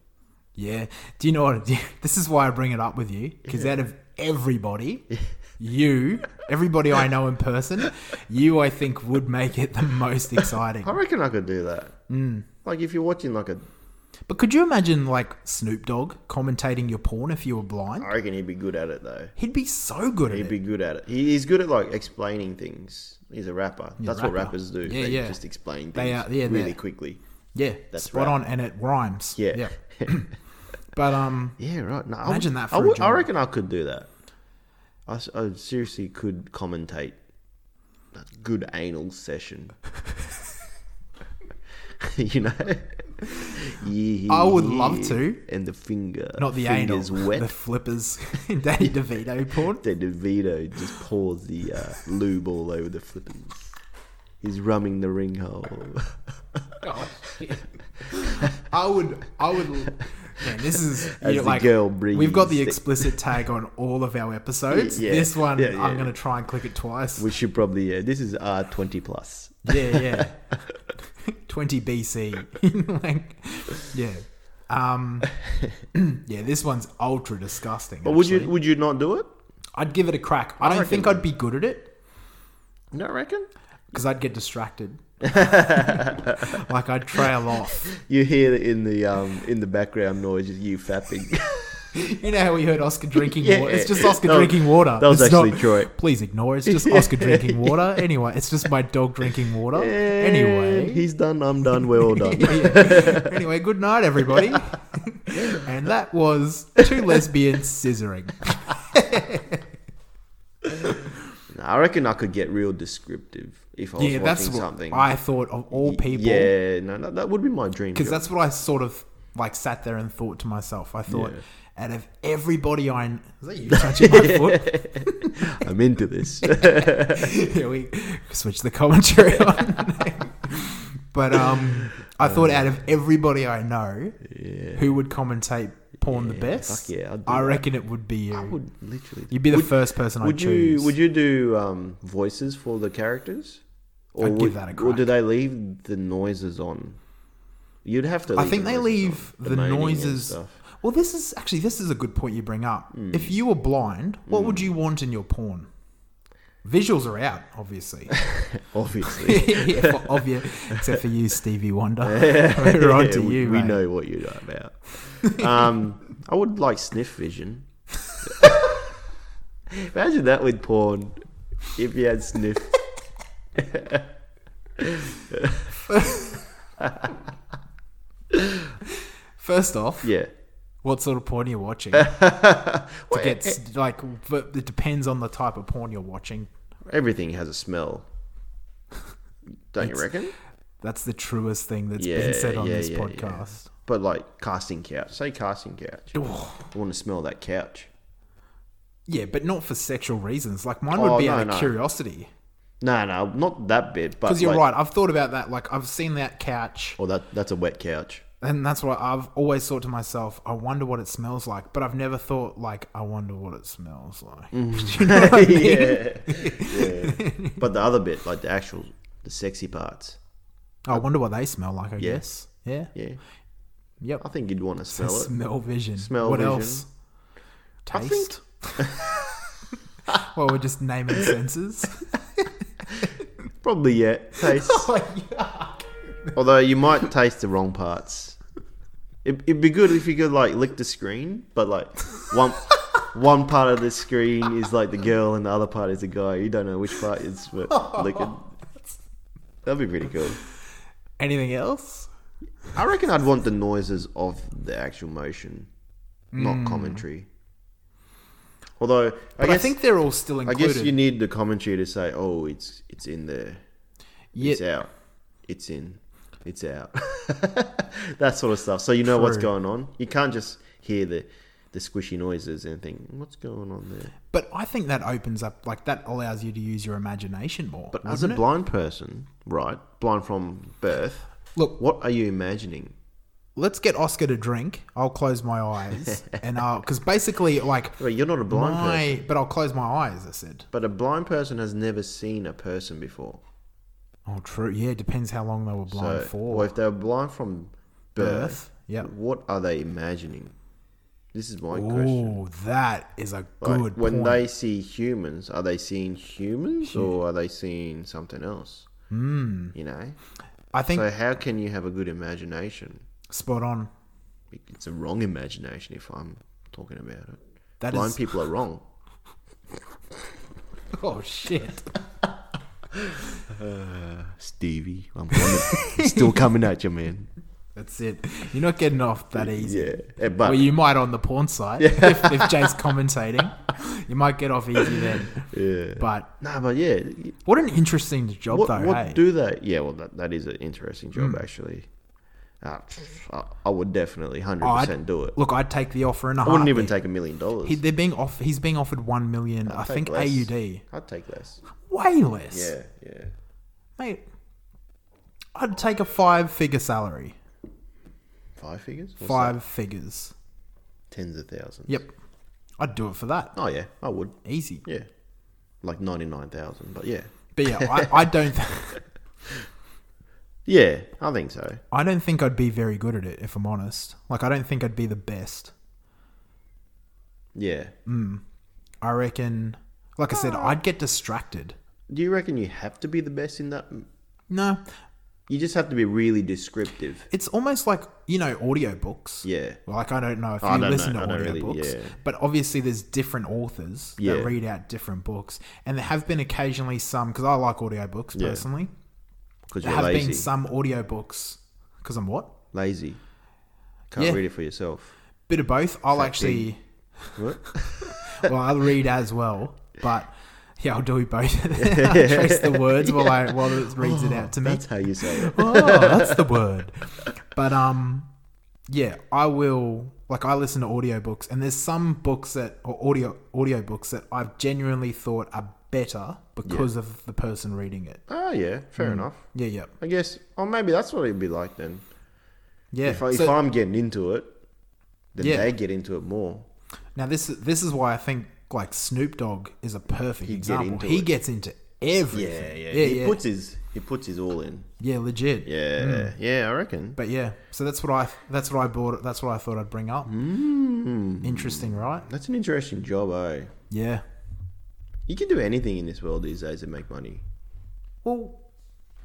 Speaker 3: Yeah. Do you know what? This is why I bring it up with you because out of everybody, you, everybody I know in person, you I think would make it the most exciting.
Speaker 1: I reckon I could do that.
Speaker 3: Hmm.
Speaker 1: Like if you're watching like a,
Speaker 3: But could you imagine like Snoop Dogg commentating your porn if you were blind?
Speaker 1: I reckon he'd be good at it though.
Speaker 3: He'd be so good at
Speaker 1: He'd
Speaker 3: it.
Speaker 1: be good at it. He, he's good at like explaining things. He's a rapper. That's what
Speaker 3: rapper.
Speaker 1: rappers do.
Speaker 3: Yeah,
Speaker 1: they
Speaker 3: yeah.
Speaker 1: just explain things
Speaker 3: They are- yeah,
Speaker 1: really
Speaker 3: they're-
Speaker 1: quickly.
Speaker 3: yeah,
Speaker 1: That's
Speaker 3: spot
Speaker 1: right.
Speaker 3: on, and it rhymes.
Speaker 1: Yeah.
Speaker 3: But um,
Speaker 1: Yeah, right. No, I
Speaker 3: Imagine
Speaker 1: would-
Speaker 3: that
Speaker 1: I,
Speaker 3: for a
Speaker 1: would- I
Speaker 3: job.
Speaker 1: reckon I could do that. I, s- I seriously could commentate a good anal session. you know? yeah,
Speaker 3: I would love to.
Speaker 1: And the finger.
Speaker 3: not the
Speaker 1: fingers
Speaker 3: anal,
Speaker 1: wet.
Speaker 3: the flippers, Danny DeVito porn.
Speaker 1: Then DeVito just pours the uh, lube all over the flippers. He's rumming the ring hole.
Speaker 2: God.
Speaker 3: I would, I would. Man, this is
Speaker 1: As
Speaker 3: you
Speaker 1: the
Speaker 3: know, like
Speaker 1: girl
Speaker 3: we've got the
Speaker 1: breathes.
Speaker 3: explicit tag on all of our episodes.
Speaker 1: Yeah,
Speaker 3: This one,
Speaker 1: yeah,
Speaker 3: I'm
Speaker 1: yeah.
Speaker 3: gonna try and click it twice.
Speaker 1: We should probably. Yeah, this is R twenty plus.
Speaker 3: yeah, yeah. 20 BC. like, yeah. Um, yeah, this one's ultra disgusting.
Speaker 1: But would you
Speaker 3: actually.
Speaker 1: would you not do it?
Speaker 3: I'd give it a crack. I don't think I'd be good at it
Speaker 1: You don't reckon?
Speaker 3: because I'd get distracted. like I'd trail off.
Speaker 1: You hear in the um in the background noise is you fapping.
Speaker 3: You know how we heard Oscar drinking
Speaker 1: Yeah.
Speaker 3: water? It's just Oscar
Speaker 1: That was-
Speaker 3: drinking water.
Speaker 1: that was
Speaker 3: It's
Speaker 1: actually Troy.
Speaker 3: Please ignore. It's just Oscar drinking water. Anyway, it's just my dog drinking water.
Speaker 1: And
Speaker 3: Oh, Anyway.
Speaker 1: he's done. I'm done. We're all done.
Speaker 3: Yeah. Anyway, good night, everybody. and that was two lesbians scissoring.
Speaker 1: Nah, I reckon I could get real descriptive if I was
Speaker 3: Yeah,
Speaker 1: watching
Speaker 3: that's what
Speaker 1: something.
Speaker 3: I thought of all people.
Speaker 1: Yeah, no, no, that would be my dream.
Speaker 3: Because
Speaker 1: job.
Speaker 3: that's what I sort of like sat there and thought to myself. I thought,
Speaker 1: Yeah.
Speaker 3: out of everybody I kn- is that you touching my foot?
Speaker 1: I'm into this.
Speaker 3: yeah, we switch the commentary on.
Speaker 1: Uh,
Speaker 3: but um, I thought out of everybody I know, who would commentate porn the
Speaker 1: Yeah,
Speaker 3: best,
Speaker 1: fuck yeah, I'd do
Speaker 3: I
Speaker 1: that.
Speaker 3: reckon it would be you.
Speaker 1: I would literally.
Speaker 3: You'd be the
Speaker 1: Would-
Speaker 3: first person I'd
Speaker 1: Would you
Speaker 3: choose.
Speaker 1: Would you do um, voices for the characters? Or
Speaker 3: I'd
Speaker 1: would-
Speaker 3: give that a
Speaker 1: Or do
Speaker 3: crack.
Speaker 1: they leave the noises on? You'd have to.
Speaker 3: I
Speaker 1: leave
Speaker 3: think
Speaker 1: the
Speaker 3: they
Speaker 1: noises
Speaker 3: leave
Speaker 1: on,
Speaker 3: the
Speaker 1: moaning and
Speaker 3: noises.
Speaker 1: stuff. Hmm.
Speaker 3: Well, this is actually this is a good point you bring up. If you were blind, what would you want in your porn? Visuals are out, obviously.
Speaker 1: Obviously,
Speaker 3: yeah, for obvious, except for you, Stevie Wonder. We're on to
Speaker 1: Yeah, we,
Speaker 3: you,
Speaker 1: we
Speaker 3: mate.
Speaker 1: know what you're about. um, I would like sniff vision. Imagine that with porn. If you had sniff,
Speaker 3: First off,
Speaker 1: yeah.
Speaker 3: what sort of porn you're watching? to
Speaker 1: Well, e-,
Speaker 3: get s- like, but it depends on the type of porn you're watching.
Speaker 1: Everything has a smell. Don't you reckon?
Speaker 3: That's the truest thing that's
Speaker 1: Yeah,
Speaker 3: been said on
Speaker 1: yeah,
Speaker 3: this
Speaker 1: yeah, yeah.
Speaker 3: podcast.
Speaker 1: But like casting couch. Say casting couch.
Speaker 3: Oh,
Speaker 1: I want to smell that couch.
Speaker 3: Yeah, but not for sexual reasons. Like mine
Speaker 1: Oh,
Speaker 3: would be
Speaker 1: no,
Speaker 3: out of
Speaker 1: no.
Speaker 3: curiosity.
Speaker 1: No, no, not that bit. But
Speaker 3: Because you're
Speaker 1: like-
Speaker 3: right. I've thought about that. Like I've seen that couch,
Speaker 1: Oh, that that's a wet couch.
Speaker 3: and that's what I've always thought to myself. I wonder what it smells like. But I've never thought like I wonder what it smells like.
Speaker 1: Mm. yeah, yeah. But the other bit, like the actual, the sexy parts.
Speaker 3: I wonder what they smell like. I
Speaker 1: Yeah.
Speaker 3: guess. Yeah.
Speaker 1: Yeah, I
Speaker 3: Yep.
Speaker 1: think you'd want to smell it.
Speaker 3: Smell vision.
Speaker 1: Smell
Speaker 3: What
Speaker 1: vision.
Speaker 3: else?
Speaker 1: I
Speaker 3: Taste.
Speaker 1: think-
Speaker 3: well, we're just naming senses.
Speaker 1: Probably yeah. Taste. Although you might taste the wrong parts. It, it'd be good if you could like lick the screen, but like one one part of the screen is like the girl and the other part is the guy. You don't know which part is what licking. That'd be pretty cool.
Speaker 3: Anything else?
Speaker 1: I reckon I'd want the noises of the actual motion, not commentary. Although I
Speaker 3: Hmm. But I,
Speaker 1: guess I,
Speaker 3: think they're all still included.
Speaker 1: guess you need the commentary to say, "Oh, it's it's in there,
Speaker 3: yeah,
Speaker 1: it's out, it's in, it's out," that sort of stuff. So you know what's
Speaker 3: True.
Speaker 1: going on. You can't just hear the the squishy noises and think, "What's going on there?"
Speaker 3: but I think that opens up, like that allows you to use your imagination more.
Speaker 1: But as a
Speaker 3: wouldn't it?
Speaker 1: blind person, right, blind from birth,
Speaker 3: Look.
Speaker 1: what are you imagining?
Speaker 3: let's get Oscar to drink. I'll close my eyes, and I'll because basically like
Speaker 1: Well, you're not a blind person.
Speaker 3: my, but I'll close my eyes. I said.
Speaker 1: But a blind person has never seen a person before.
Speaker 3: Oh, true. Yeah, depends how long they were blind
Speaker 1: So,
Speaker 3: for.
Speaker 1: Well, if they're blind from birth,
Speaker 3: Birth, yep.
Speaker 1: what are they imagining? This is my question.
Speaker 3: Oh, that is a
Speaker 1: Like,
Speaker 3: good
Speaker 1: when
Speaker 3: point.
Speaker 1: they see humans, are they seeing humans or are they seeing something else? Mm. You know?
Speaker 3: I Hmm. think
Speaker 1: So, how can you have a good imagination?
Speaker 3: spot on.
Speaker 1: It's a wrong imagination if I'm talking about it.
Speaker 3: That
Speaker 1: blind
Speaker 3: is-
Speaker 1: people are wrong.
Speaker 3: Oh shit.
Speaker 1: Stevie, I'm coming. I'm still coming at you, man.
Speaker 3: That's it. You're not getting off that easy.
Speaker 1: Yeah. Eh, But
Speaker 3: Well, you might on the porn site if, if Jay's commentating. You might get off easy then.
Speaker 1: yeah.
Speaker 3: But
Speaker 1: Nah, but yeah,
Speaker 3: what an interesting job,
Speaker 1: What,
Speaker 3: though.
Speaker 1: what
Speaker 3: hey? Hmm.
Speaker 1: do they? Yeah, well, that, that is an interesting job actually. Uh, I, I would definitely hundred
Speaker 3: I'd-
Speaker 1: percent do it.
Speaker 3: Look, I'd take the offer in a
Speaker 1: I wouldn't even
Speaker 3: heartbeat.
Speaker 1: take a million dollars.
Speaker 3: He, they're being off. He's being offered one million. I
Speaker 1: take
Speaker 3: think
Speaker 1: less.
Speaker 3: AUD.
Speaker 1: I'd take less.
Speaker 3: Way less.
Speaker 1: Yeah, yeah.
Speaker 3: Mate, I'd take a five-figure salary.
Speaker 1: Five figures. What's
Speaker 3: Five figures.
Speaker 1: that? tens of thousands.
Speaker 3: Yep. I'd do it for that.
Speaker 1: Oh yeah, I would.
Speaker 3: Easy.
Speaker 1: Yeah, like ninety nine thousand. But yeah,
Speaker 3: But yeah, I, I don't.
Speaker 1: yeah, I think so.
Speaker 3: I don't think I'd be very good at it. If I'm honest, like I don't think I'd be the best.
Speaker 1: Yeah.
Speaker 3: Hmm. I reckon. Like I
Speaker 1: Ah.
Speaker 3: said, I'd get distracted.
Speaker 1: Do you reckon you have to be the best in that?
Speaker 3: No,
Speaker 1: You just have to be really descriptive.
Speaker 3: it's almost like you know audiobooks.
Speaker 1: Yeah.
Speaker 3: Well, Like I don't know if you
Speaker 1: I don't
Speaker 3: listen
Speaker 1: know.
Speaker 3: to
Speaker 1: I don't really-
Speaker 3: audiobooks,
Speaker 1: yeah.
Speaker 3: but obviously there's different authors
Speaker 1: Yeah.
Speaker 3: that read out different books, and there have been occasionally some because I like audiobooks
Speaker 1: Yeah.
Speaker 3: personally.
Speaker 1: Because
Speaker 3: There
Speaker 1: you're
Speaker 3: have
Speaker 1: lazy.
Speaker 3: been some audiobooks because I'm what
Speaker 1: Lazy. Can't
Speaker 3: Yeah.
Speaker 1: read it for yourself.
Speaker 3: bit of both. I'll actually
Speaker 1: What?
Speaker 3: well I'll read as well, but yeah I'll do both. I'll trace the words while I while it reads it out to me.
Speaker 1: Oh, That's how you say it.
Speaker 3: oh, that's the word. But um, yeah, I will. Like I listen to audiobooks, and there's some books that or audio audiobooks that I've genuinely thought are better because of the person reading it.
Speaker 1: Oh yeah,
Speaker 3: Hmm.
Speaker 1: fair enough.
Speaker 3: Yeah, yeah,
Speaker 1: I oh, guess, or maybe that's what it'd be like then.
Speaker 3: yeah.
Speaker 1: If, I,
Speaker 3: So-
Speaker 1: if I'm getting into it, then
Speaker 3: Yeah.
Speaker 1: they get into it more.
Speaker 3: Now this is this is why I think like Snoop Dogg is a perfect
Speaker 1: He'd get
Speaker 3: example.
Speaker 1: into
Speaker 3: he
Speaker 1: it.
Speaker 3: gets into
Speaker 1: Yeah,
Speaker 3: everything.
Speaker 1: yeah.
Speaker 3: yeah,
Speaker 1: he
Speaker 3: yeah.
Speaker 1: puts his he puts his all in.
Speaker 3: Yeah, legit.
Speaker 1: Yeah,
Speaker 3: Hmm.
Speaker 1: yeah, I reckon.
Speaker 3: But yeah, so that's what I that's what I bought. That's what I thought I'd bring up.
Speaker 1: Mm,
Speaker 3: Interesting, right?
Speaker 1: that's an interesting job, eh?
Speaker 3: Yeah.
Speaker 1: You can do anything in this world these days and make money,
Speaker 3: Well,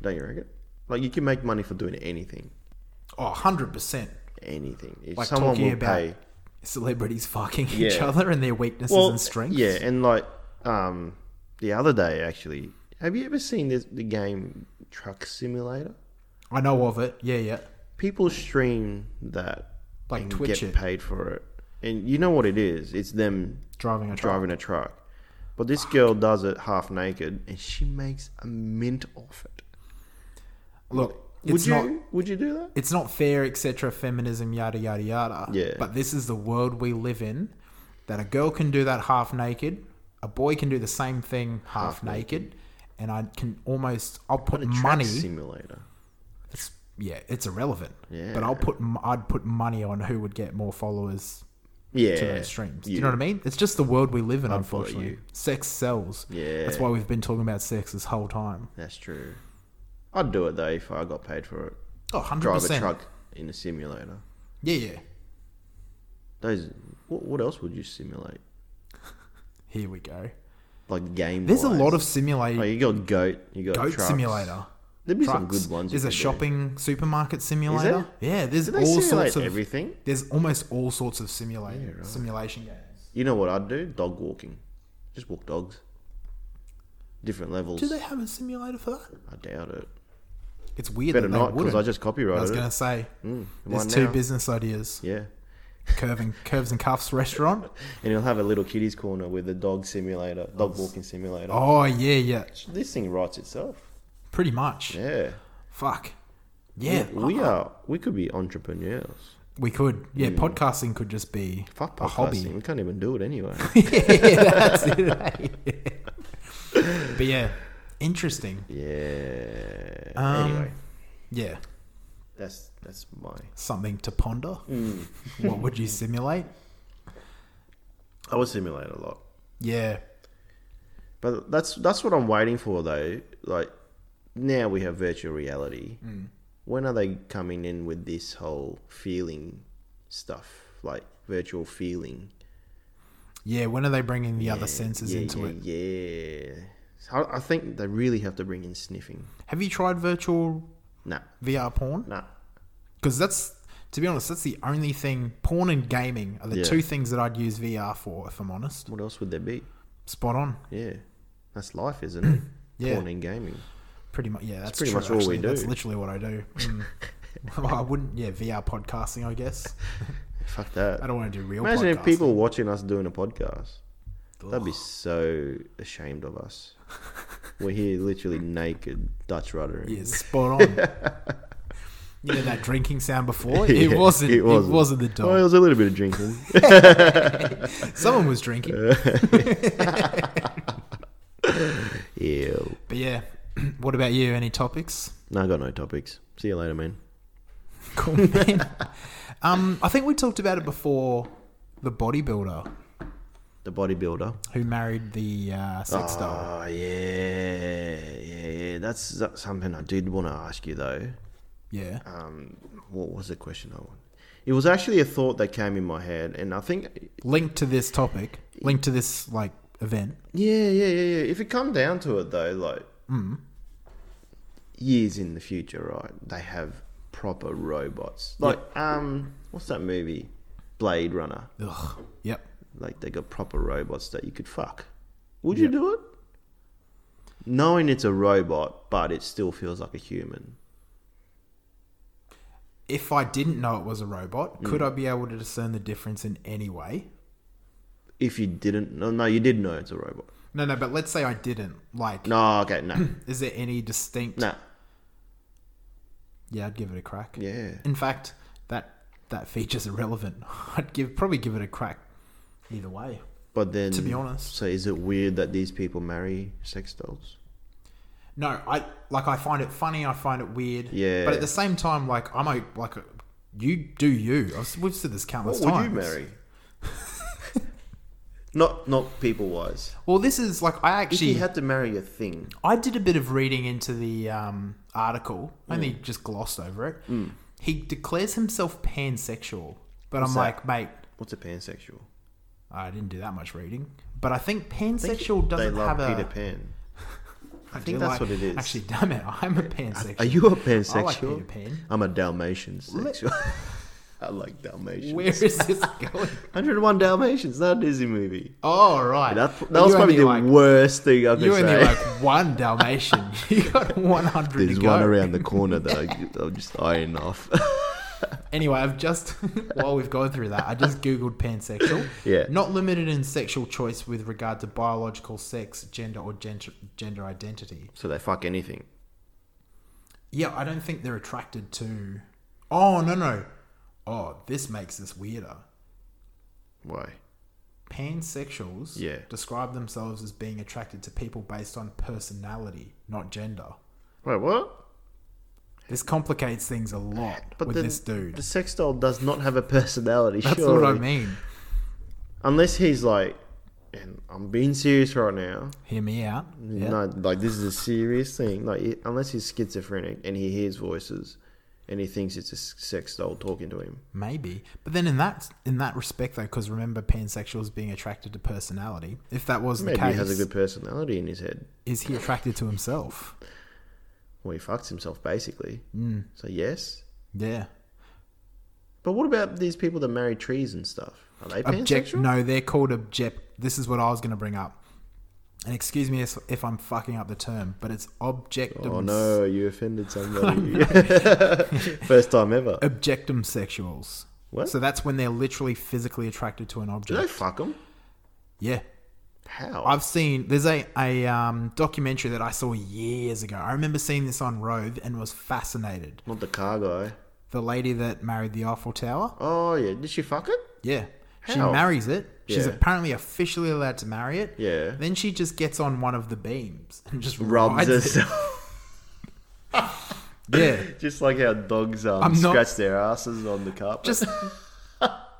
Speaker 1: don't you reckon? Like you can make money for doing anything,
Speaker 3: oh, 100 percent.
Speaker 1: anything. If
Speaker 3: Like
Speaker 1: someone
Speaker 3: talking
Speaker 1: will
Speaker 3: about
Speaker 1: pay.
Speaker 3: celebrities fucking each
Speaker 1: Yeah.
Speaker 3: other and their weaknesses
Speaker 1: Well,
Speaker 3: and strengths.
Speaker 1: Yeah, and like um, the other day actually, have you ever seen this, the game Truck Simulator?
Speaker 3: I know of it. Yeah, yeah.
Speaker 1: People stream that
Speaker 3: Like
Speaker 1: and
Speaker 3: Twitch
Speaker 1: get
Speaker 3: it.
Speaker 1: paid for it, and you know what it is? It's them
Speaker 3: Driving a truck.
Speaker 1: driving a truck. But this girl does it half naked, and she makes a mint off it.
Speaker 3: Look,
Speaker 1: Would
Speaker 3: it's
Speaker 1: you?
Speaker 3: not
Speaker 1: would you do that?
Speaker 3: it's not fair, etc. Feminism, yada yada yada.
Speaker 1: Yeah.
Speaker 3: But this is the world we live in. That a girl can do that half naked, a boy can do the same thing half, naked, and I can almost I'll put
Speaker 1: A track
Speaker 3: money.
Speaker 1: simulator.
Speaker 3: it's, yeah, it's irrelevant.
Speaker 1: Yeah.
Speaker 3: But I'll put m- I'd put money on who would get more followers
Speaker 1: Yeah.
Speaker 3: to those streams. Do you
Speaker 1: Yeah.
Speaker 3: know what I mean? It's just the world we live in,
Speaker 1: I'd follow
Speaker 3: unfortunately.
Speaker 1: you.
Speaker 3: Sex sells.
Speaker 1: Yeah.
Speaker 3: That's why we've been talking about sex this whole time.
Speaker 1: That's true. I'd do it though if I got paid for it.
Speaker 3: Oh, 100%.
Speaker 1: Drive a truck in a simulator.
Speaker 3: Yeah, yeah.
Speaker 1: Those. What, what else would you simulate?
Speaker 3: Here we go.
Speaker 1: Like game.
Speaker 3: There's a lot of simulate
Speaker 1: Like you got goat. You got
Speaker 3: goat
Speaker 1: trucks.
Speaker 3: simulator.
Speaker 1: There'd be some
Speaker 3: trucks.
Speaker 1: good ones.
Speaker 3: There's
Speaker 1: you
Speaker 3: a
Speaker 1: could do.
Speaker 3: shopping supermarket simulator. Yeah, there's
Speaker 1: Do they
Speaker 3: all
Speaker 1: simulate
Speaker 3: sorts of
Speaker 1: everything?
Speaker 3: there's almost all sorts of simulator simulation games.
Speaker 1: You know what I'd do? Dog walking. Just walk dogs. Different levels.
Speaker 3: Do they have a simulator for that?
Speaker 1: I doubt it.
Speaker 3: It's weird
Speaker 1: Better
Speaker 3: that they
Speaker 1: not, because I
Speaker 3: wouldn't.
Speaker 1: just copyrighted
Speaker 3: I was
Speaker 1: it.
Speaker 3: gonna say
Speaker 1: Mm,
Speaker 3: there's
Speaker 1: mine
Speaker 3: two
Speaker 1: now.
Speaker 3: business ideas:
Speaker 1: Yeah.
Speaker 3: curving curves and cuffs restaurant.
Speaker 1: And he'll have a little kiddies corner with a dog simulator, dog walking simulator.
Speaker 3: Oh yeah, yeah,
Speaker 1: This thing writes itself.
Speaker 3: pretty much.
Speaker 1: Yeah.
Speaker 3: Fuck. Yeah, Uh-huh.
Speaker 1: We are. We could be entrepreneurs.
Speaker 3: we could. Yeah, podcasting could just be
Speaker 1: Fuck podcasting.
Speaker 3: a hobby.
Speaker 1: We can't even do it anyway.
Speaker 3: yeah, that's it. eh? but yeah, interesting.
Speaker 1: yeah.
Speaker 3: Um,
Speaker 1: anyway,
Speaker 3: Yeah,
Speaker 1: that's that's my.
Speaker 3: something to ponder.
Speaker 1: Mm.
Speaker 3: what would you simulate?
Speaker 1: I would simulate a lot,
Speaker 3: Yeah,
Speaker 1: but that's that's what I'm waiting for though. Like now we have virtual reality.
Speaker 3: Mm.
Speaker 1: When are they coming in with this whole feeling stuff, like virtual feeling?
Speaker 3: yeah. When are they bringing the other senses
Speaker 1: yeah,
Speaker 3: into
Speaker 1: yeah,
Speaker 3: it?
Speaker 1: Yeah. So I I think they really have to bring in sniffing.
Speaker 3: Have you tried virtual
Speaker 1: Nah,
Speaker 3: VR porn?
Speaker 1: nah.
Speaker 3: Because that's, to be honest, that's the only thing. Porn and gaming are the
Speaker 1: Yeah.
Speaker 3: two things that I'd use VR for, if I'm honest.
Speaker 1: What else would there be?
Speaker 3: Spot on.
Speaker 1: Yeah, that's life, isn't it?
Speaker 3: Yeah.
Speaker 1: Porn and gaming.
Speaker 3: Pretty much. Yeah, that's
Speaker 1: pretty
Speaker 3: true,
Speaker 1: much all we
Speaker 3: actually. That's
Speaker 1: do.
Speaker 3: literally what I do. Mm. well, I wouldn't. Yeah, VR podcasting, I guess.
Speaker 1: Fuck that.
Speaker 3: I don't want to do real.
Speaker 1: Imagine if
Speaker 3: podcasting.
Speaker 1: people watching us doing a podcast. They'd be so ashamed of us. We're here literally naked, Dutch ruddering.
Speaker 3: Yeah, spot on. you know that drinking sound before? It
Speaker 1: Yeah,
Speaker 3: wasn't. It wasn't, the
Speaker 1: Well, it
Speaker 3: dog.
Speaker 1: was a little bit of drinking.
Speaker 3: Someone was drinking.
Speaker 1: Ew.
Speaker 3: But yeah, what about you? Any topics?
Speaker 1: No, I got no topics. See you later, man.
Speaker 3: Cool, man. um, I think we talked about it before. The bodybuilder
Speaker 1: The bodybuilder.
Speaker 3: who married the uh, sex doll.
Speaker 1: Oh yeah, yeah, yeah. That's, that's something I did want to ask you though.
Speaker 3: Yeah.
Speaker 1: Um, what was the question I wanted? It was actually a thought that came in my head, and I think,
Speaker 3: Linked to this topic. Linked to this like event.
Speaker 1: yeah, yeah, yeah, yeah. If it come down to it though, like
Speaker 3: Mm.
Speaker 1: years in the future, right? They have proper robots. Like, um, what's that movie? Blade Runner.
Speaker 3: Ugh. Yep.
Speaker 1: Like they got proper robots that you could fuck. Would you do it? Knowing it's a robot, but it still feels like a human.
Speaker 3: If I didn't know it was a
Speaker 1: Hmm.
Speaker 3: robot, could I be able to discern the difference in any way?
Speaker 1: If you didn't, no, no, you did know it's a robot.
Speaker 3: No, no. But let's say I didn't. Like,
Speaker 1: No, okay, no,
Speaker 3: is there any distinct?
Speaker 1: no,
Speaker 3: Yeah, I'd give it a crack.
Speaker 1: yeah.
Speaker 3: In fact, that that feature's irrelevant. I'd give probably give it a crack. Either way.
Speaker 1: But then,
Speaker 3: To be honest.
Speaker 1: so is it weird that these people marry sex dolls?
Speaker 3: No, I like I find it funny. I find it weird.
Speaker 1: Yeah.
Speaker 3: But at the same time, like I'm o- like You do you. I've, we've said this countless
Speaker 1: What would you
Speaker 3: times.
Speaker 1: marry? not not people wise.
Speaker 3: Well, this is like I
Speaker 1: If
Speaker 3: actually
Speaker 1: you had to marry a thing,
Speaker 3: I did a bit of reading into the um, article, only just glossed over it.
Speaker 1: Hmm.
Speaker 3: He declares himself pansexual, but I'm
Speaker 1: that?
Speaker 3: like, mate,
Speaker 1: what's a pansexual?
Speaker 3: I didn't do that much reading. But I think
Speaker 1: I think
Speaker 3: pansexual doesn't
Speaker 1: they love
Speaker 3: have
Speaker 1: Peter
Speaker 3: a.
Speaker 1: Pan. I
Speaker 3: do
Speaker 1: think that's
Speaker 3: like-
Speaker 1: what it is.
Speaker 3: Actually, damn it, I'm a pansexual.
Speaker 1: Are you a
Speaker 3: I like
Speaker 1: pansexual?
Speaker 3: Peter Pan.
Speaker 1: I'm a Dalmatian sexual. I like Dalmatians.
Speaker 3: Where is this going?
Speaker 1: 101 Dalmatians, not a Disney movie.
Speaker 3: Oh right,
Speaker 1: That, that
Speaker 3: You
Speaker 1: was probably
Speaker 3: only
Speaker 1: the
Speaker 3: like,
Speaker 1: worst thing I
Speaker 3: You
Speaker 1: could say.
Speaker 3: only like one Dalmatian. you got 100
Speaker 1: There's
Speaker 3: to go.
Speaker 1: one around the corner that I, I'm just eyeing off.
Speaker 3: Anyway, I've just while we've gone through that, I just googled pansexual.
Speaker 1: Yeah.
Speaker 3: Not limited in sexual choice with regard to biological sex, gender, or gender, gender identity.
Speaker 1: so they fuck anything.
Speaker 3: Yeah, I don't think they're attracted to. Oh no no. Oh, this makes this weirder.
Speaker 1: Why?
Speaker 3: Pansexuals
Speaker 1: Yeah.
Speaker 3: describe themselves as being attracted to people based on personality, not gender.
Speaker 1: Wait, what?
Speaker 3: This complicates things a lot with
Speaker 1: the,
Speaker 3: this dude.
Speaker 1: the sex doll does not have a personality.
Speaker 3: That's
Speaker 1: surely.
Speaker 3: what I mean.
Speaker 1: Unless he's like, and I'm being serious right now.
Speaker 3: Hear me out. Yeah.
Speaker 1: No, like this is a serious thing. Like, he- unless he's schizophrenic and he hears voices, and he thinks it's a s- sex doll talking to him.
Speaker 3: Maybe, but then in that in that respect, though, because remember, pansexuals being attracted to personality. If that was
Speaker 1: Maybe
Speaker 3: the case,
Speaker 1: he has a good personality in his head.
Speaker 3: is he attracted to himself?
Speaker 1: Well, he fucks himself basically. Mm. So yes,
Speaker 3: Yeah.
Speaker 1: but what about these people that marry trees and stuff? Are they
Speaker 3: Object.
Speaker 1: pansexual?
Speaker 3: No, they're called object. This is what I was going to bring up. And excuse me if, if I'm fucking up the term, but it's objectum.
Speaker 1: Oh no, you offended somebody. First time ever.
Speaker 3: Objectum sexuals.
Speaker 1: What?
Speaker 3: So that's when they're literally physically attracted to an
Speaker 1: Do they
Speaker 3: object.
Speaker 1: fuck them?
Speaker 3: Yeah.
Speaker 1: How?
Speaker 3: I've seen there's a a um, documentary that I saw years ago. I remember seeing this on Rove and was fascinated.
Speaker 1: Not the car guy.
Speaker 3: the lady that married the Eiffel Tower.
Speaker 1: Oh yeah, did she fuck it?
Speaker 3: Yeah. She
Speaker 1: How?
Speaker 3: marries it. She's
Speaker 1: Yeah.
Speaker 3: apparently officially allowed to marry it.
Speaker 1: Yeah.
Speaker 3: Then she just gets on one of the beams and just
Speaker 1: Rubs
Speaker 3: rides it.
Speaker 1: herself.
Speaker 3: Yeah.
Speaker 1: Just like how dogs um,
Speaker 3: I'm not-
Speaker 1: scratch their asses on the carpet.
Speaker 3: Just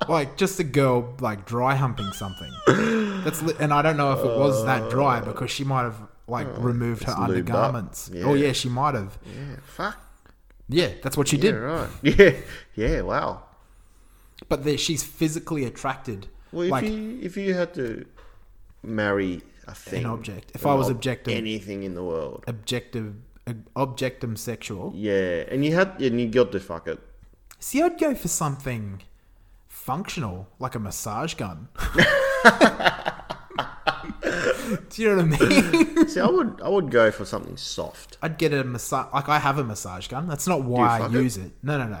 Speaker 3: like just a girl like dry humping something. That's li- and I don't know if it was that dry because she might have like removed her
Speaker 1: Uh, lubed up.
Speaker 3: undergarments.
Speaker 1: Yeah.
Speaker 3: Oh yeah, she might have.
Speaker 1: yeah, fuck.
Speaker 3: Yeah, that's what she
Speaker 1: Yeah,
Speaker 3: did.
Speaker 1: right. Yeah, yeah. Wow.
Speaker 3: But there, she's physically attracted.
Speaker 1: Well, if
Speaker 3: like
Speaker 1: you if you had to marry a thing,
Speaker 3: object. If I was
Speaker 1: ob-
Speaker 3: objective-
Speaker 1: anything in the world,
Speaker 3: objective objectum sexual.
Speaker 1: yeah, and you had and you got to fuck it.
Speaker 3: See, I'd go for something functional, like a massage gun. Do you know what I mean?
Speaker 1: See, I would I would go for something soft.
Speaker 3: I'd get a massage. Like I have a massage gun. That's not why I
Speaker 1: fuck
Speaker 3: use it? No, no, no.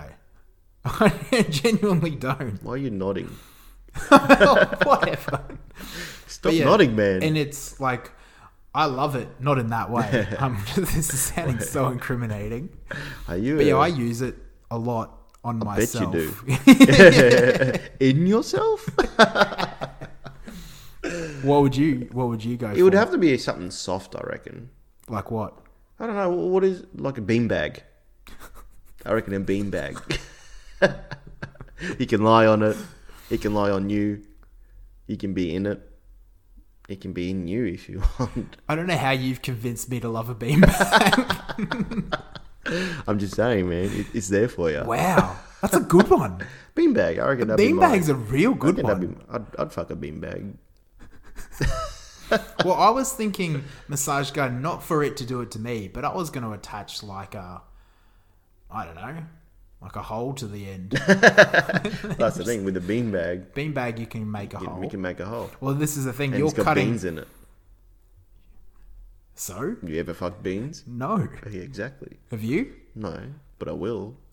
Speaker 3: I genuinely don't.
Speaker 1: Why are you nodding?
Speaker 3: Whatever.
Speaker 1: Stop
Speaker 3: yeah,
Speaker 1: nodding, man.
Speaker 3: And it's like, I love it. Not in that way. Um, this is sounding so incriminating.
Speaker 1: are you?
Speaker 3: But yeah,
Speaker 1: a-
Speaker 3: I use it a lot on
Speaker 1: bet you
Speaker 3: myself.
Speaker 1: do. in yourself?
Speaker 3: what would you? What would you go?
Speaker 1: it would have to be something soft, I reckon.
Speaker 3: like what?
Speaker 1: I don't know what is like a beanbag. I reckon a beanbag. you can lie on it. It can lie on you. You can be in it. It can be in you if you want.
Speaker 3: I don't know how you've convinced me to love a beanbag.
Speaker 1: I'm just saying, man. It, it's there for you.
Speaker 3: wow, that's a good one.
Speaker 1: Beanbag. I reckon that'd be mine.
Speaker 3: Beanbag's a real
Speaker 1: I
Speaker 3: good
Speaker 1: reckon that'd
Speaker 3: one.
Speaker 1: be- I'd, I'd fuck a beanbag.
Speaker 3: Well, I was thinking massage gun, not for it to do it to me, but I was going to attach like a, I don't know, like a hole to the end.
Speaker 1: That's the thing with a beanbag.
Speaker 3: beanbag, you can make a hole.
Speaker 1: We can make a hole.
Speaker 3: Well, this is the thing.
Speaker 1: And
Speaker 3: Oh. You're
Speaker 1: it's got
Speaker 3: cutting.
Speaker 1: beans in it.
Speaker 3: So
Speaker 1: You ever fuck beans?
Speaker 3: no,
Speaker 1: Yeah, exactly.
Speaker 3: have you?
Speaker 1: No, but I will.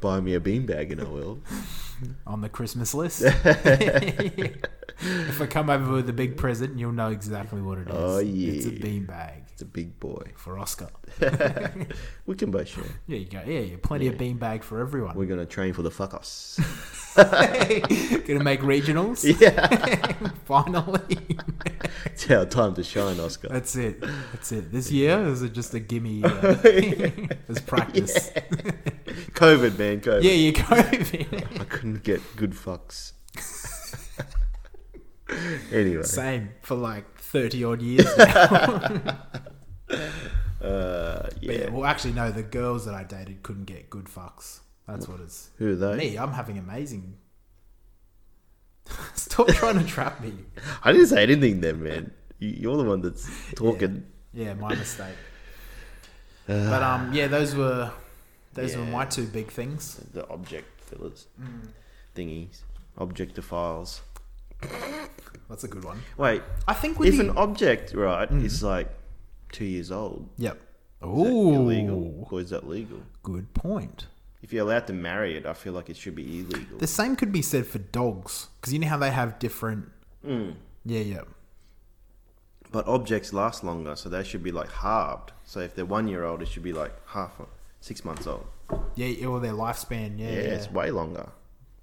Speaker 1: Buy me a beanbag and I will.
Speaker 3: On the Christmas list. if I come over with a big present, you'll know exactly what it is.
Speaker 1: Oh,
Speaker 3: It's a
Speaker 1: yeah.
Speaker 3: beanbag
Speaker 1: It's a big boy.
Speaker 3: for Oscar.
Speaker 1: We can both share.
Speaker 3: There you go. Yeah, yeah. Plenty of beanbag for everyone.
Speaker 1: We're gonna train for the fuck us.
Speaker 3: Gonna make regionals. Finally.
Speaker 1: it's our time to shine, Oscar.
Speaker 3: That's it. That's it. This year is just a gimme year. It's uh, practice.
Speaker 1: COVID, man, COVID.
Speaker 3: Yeah, you go. man.
Speaker 1: I couldn't get good fucks. anyway,
Speaker 3: Same for like thirty odd years. Now.
Speaker 1: uh, yeah.
Speaker 3: But yeah, well, actually, no. The girls that I dated couldn't get good fucks. That's what it's.
Speaker 1: Who are they?
Speaker 3: Me, I'm having amazing. Stop trying to trap me.
Speaker 1: I didn't say anything then, man. You- You're the one that's talking.
Speaker 3: Yeah, my mistake. but um, yeah, those were those were
Speaker 1: Yeah.
Speaker 3: my two big things.
Speaker 1: The object fillers,
Speaker 3: Mm.
Speaker 1: thingies, objectophiles.
Speaker 3: That's a good one.
Speaker 1: Wait,
Speaker 3: I think with
Speaker 1: if
Speaker 3: the,
Speaker 1: an object, right,
Speaker 3: Mm.
Speaker 1: is like two years old,
Speaker 3: yep.
Speaker 1: is that
Speaker 3: Ooh,
Speaker 1: illegal or is that legal?
Speaker 3: good point.
Speaker 1: If you're allowed to marry it, I feel like it should be illegal.
Speaker 3: The same could be said for dogs, because you know how they have different.
Speaker 1: Hmm.
Speaker 3: Yeah, yeah.
Speaker 1: But objects last longer, so they should be like halved. So if they're one year old, it should be like half, six months old.
Speaker 3: Yeah, yeah, or their lifespan. Yeah,
Speaker 1: Yeah,
Speaker 3: yeah.
Speaker 1: it's way longer.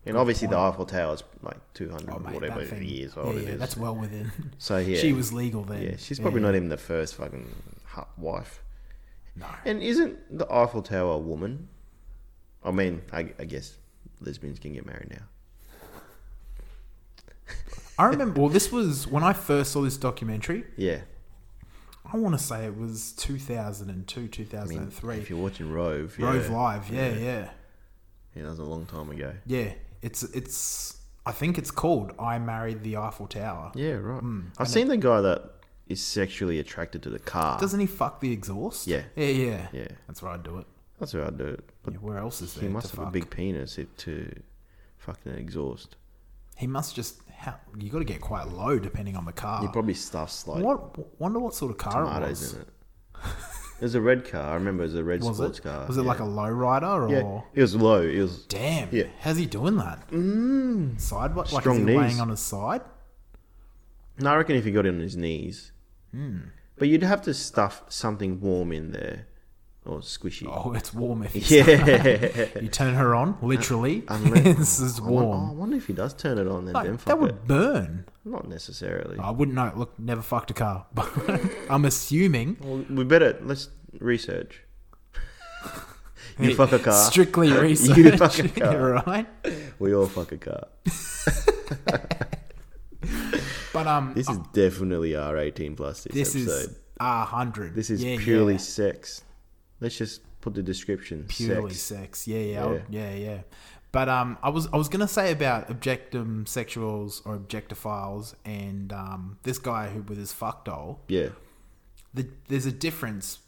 Speaker 1: And obviously the Eiffel Tower's like 200
Speaker 3: Oh, mate,
Speaker 1: whatever
Speaker 3: that thing-
Speaker 1: years
Speaker 3: yeah,
Speaker 1: old
Speaker 3: yeah,
Speaker 1: it is.
Speaker 3: That's well within.
Speaker 1: so yeah,
Speaker 3: She was legal then.
Speaker 1: Yeah, she's probably not even the first fucking hu- wife.
Speaker 3: No.
Speaker 1: And isn't the Eiffel Tower a woman? I mean, I, I guess lesbians can get married now.
Speaker 3: I remember. Well, this was when I first saw this documentary.
Speaker 1: Yeah.
Speaker 3: I want to say it was 2002,
Speaker 1: I mean,
Speaker 3: 2003.
Speaker 1: if you're watching Rove, yeah,
Speaker 3: Rove Live. Yeah, yeah, yeah,
Speaker 1: yeah, that was a long time ago.
Speaker 3: It's it's. I think it's called "I Married the Eiffel Tower."
Speaker 1: Yeah, right.
Speaker 3: Hmm.
Speaker 1: I've seen the guy that is sexually attracted to the car.
Speaker 3: Doesn't he fuck the exhaust?
Speaker 1: Yeah.
Speaker 3: yeah, yeah.
Speaker 1: Yeah.
Speaker 3: That's where I do it.
Speaker 1: That's how I do it. But
Speaker 3: Yeah, where else is there?
Speaker 1: he must
Speaker 3: to
Speaker 1: have a
Speaker 3: fuck?
Speaker 1: big penis if to fucking exhaust.
Speaker 3: He must just. How, you got to get quite low depending on the car.
Speaker 1: He probably stuffs like
Speaker 3: Ah. what? Wonder what sort of car it
Speaker 1: tomatoes
Speaker 3: was.
Speaker 1: in it. It was a red car. I remember it was a red
Speaker 3: Was
Speaker 1: sports
Speaker 3: it?
Speaker 1: car.
Speaker 3: was it like a lowrider or?
Speaker 1: yeah? Yeah, it was low. It was
Speaker 3: Damn.
Speaker 1: Yeah.
Speaker 3: How's he doing that? Mm. Side what? Like
Speaker 1: Strong
Speaker 3: is he
Speaker 1: knees.
Speaker 3: laying on his side?
Speaker 1: No, I reckon if he got it on his knees.
Speaker 3: Hmm.
Speaker 1: But you'd have to stuff something warm in there or squishy.
Speaker 3: Oh, it's warm if he's
Speaker 1: Yeah. Uh,
Speaker 3: You turn her on, literally.
Speaker 1: Unless-
Speaker 3: this is
Speaker 1: I wonder, oh, I
Speaker 3: warm.
Speaker 1: wonder if he does turn it on then. then
Speaker 3: Like,
Speaker 1: oh, fuck
Speaker 3: that would Oh.
Speaker 1: it.
Speaker 3: burn.
Speaker 1: Not necessarily.
Speaker 3: I wouldn't know. Look, never fucked a car, but I'm assuming
Speaker 1: Well, we better let's research. you fuck a car.
Speaker 3: strictly research,
Speaker 1: You fuck a car.
Speaker 3: right?
Speaker 1: We all fuck a car.
Speaker 3: But um,
Speaker 1: This is definitely our eighteen plus. This,
Speaker 3: this
Speaker 1: episode.
Speaker 3: is a hundred.
Speaker 1: this is
Speaker 3: Yeah, yeah.
Speaker 1: purely sex. Let's just put the description.
Speaker 3: purely
Speaker 1: sex.
Speaker 3: sex. Yeah, yeah, I would- yeah, yeah, But um, I was I was gonna say about objectum sexuals or objectophiles and um, this guy who with his fuck doll.
Speaker 1: Yeah,
Speaker 3: The, there's a difference.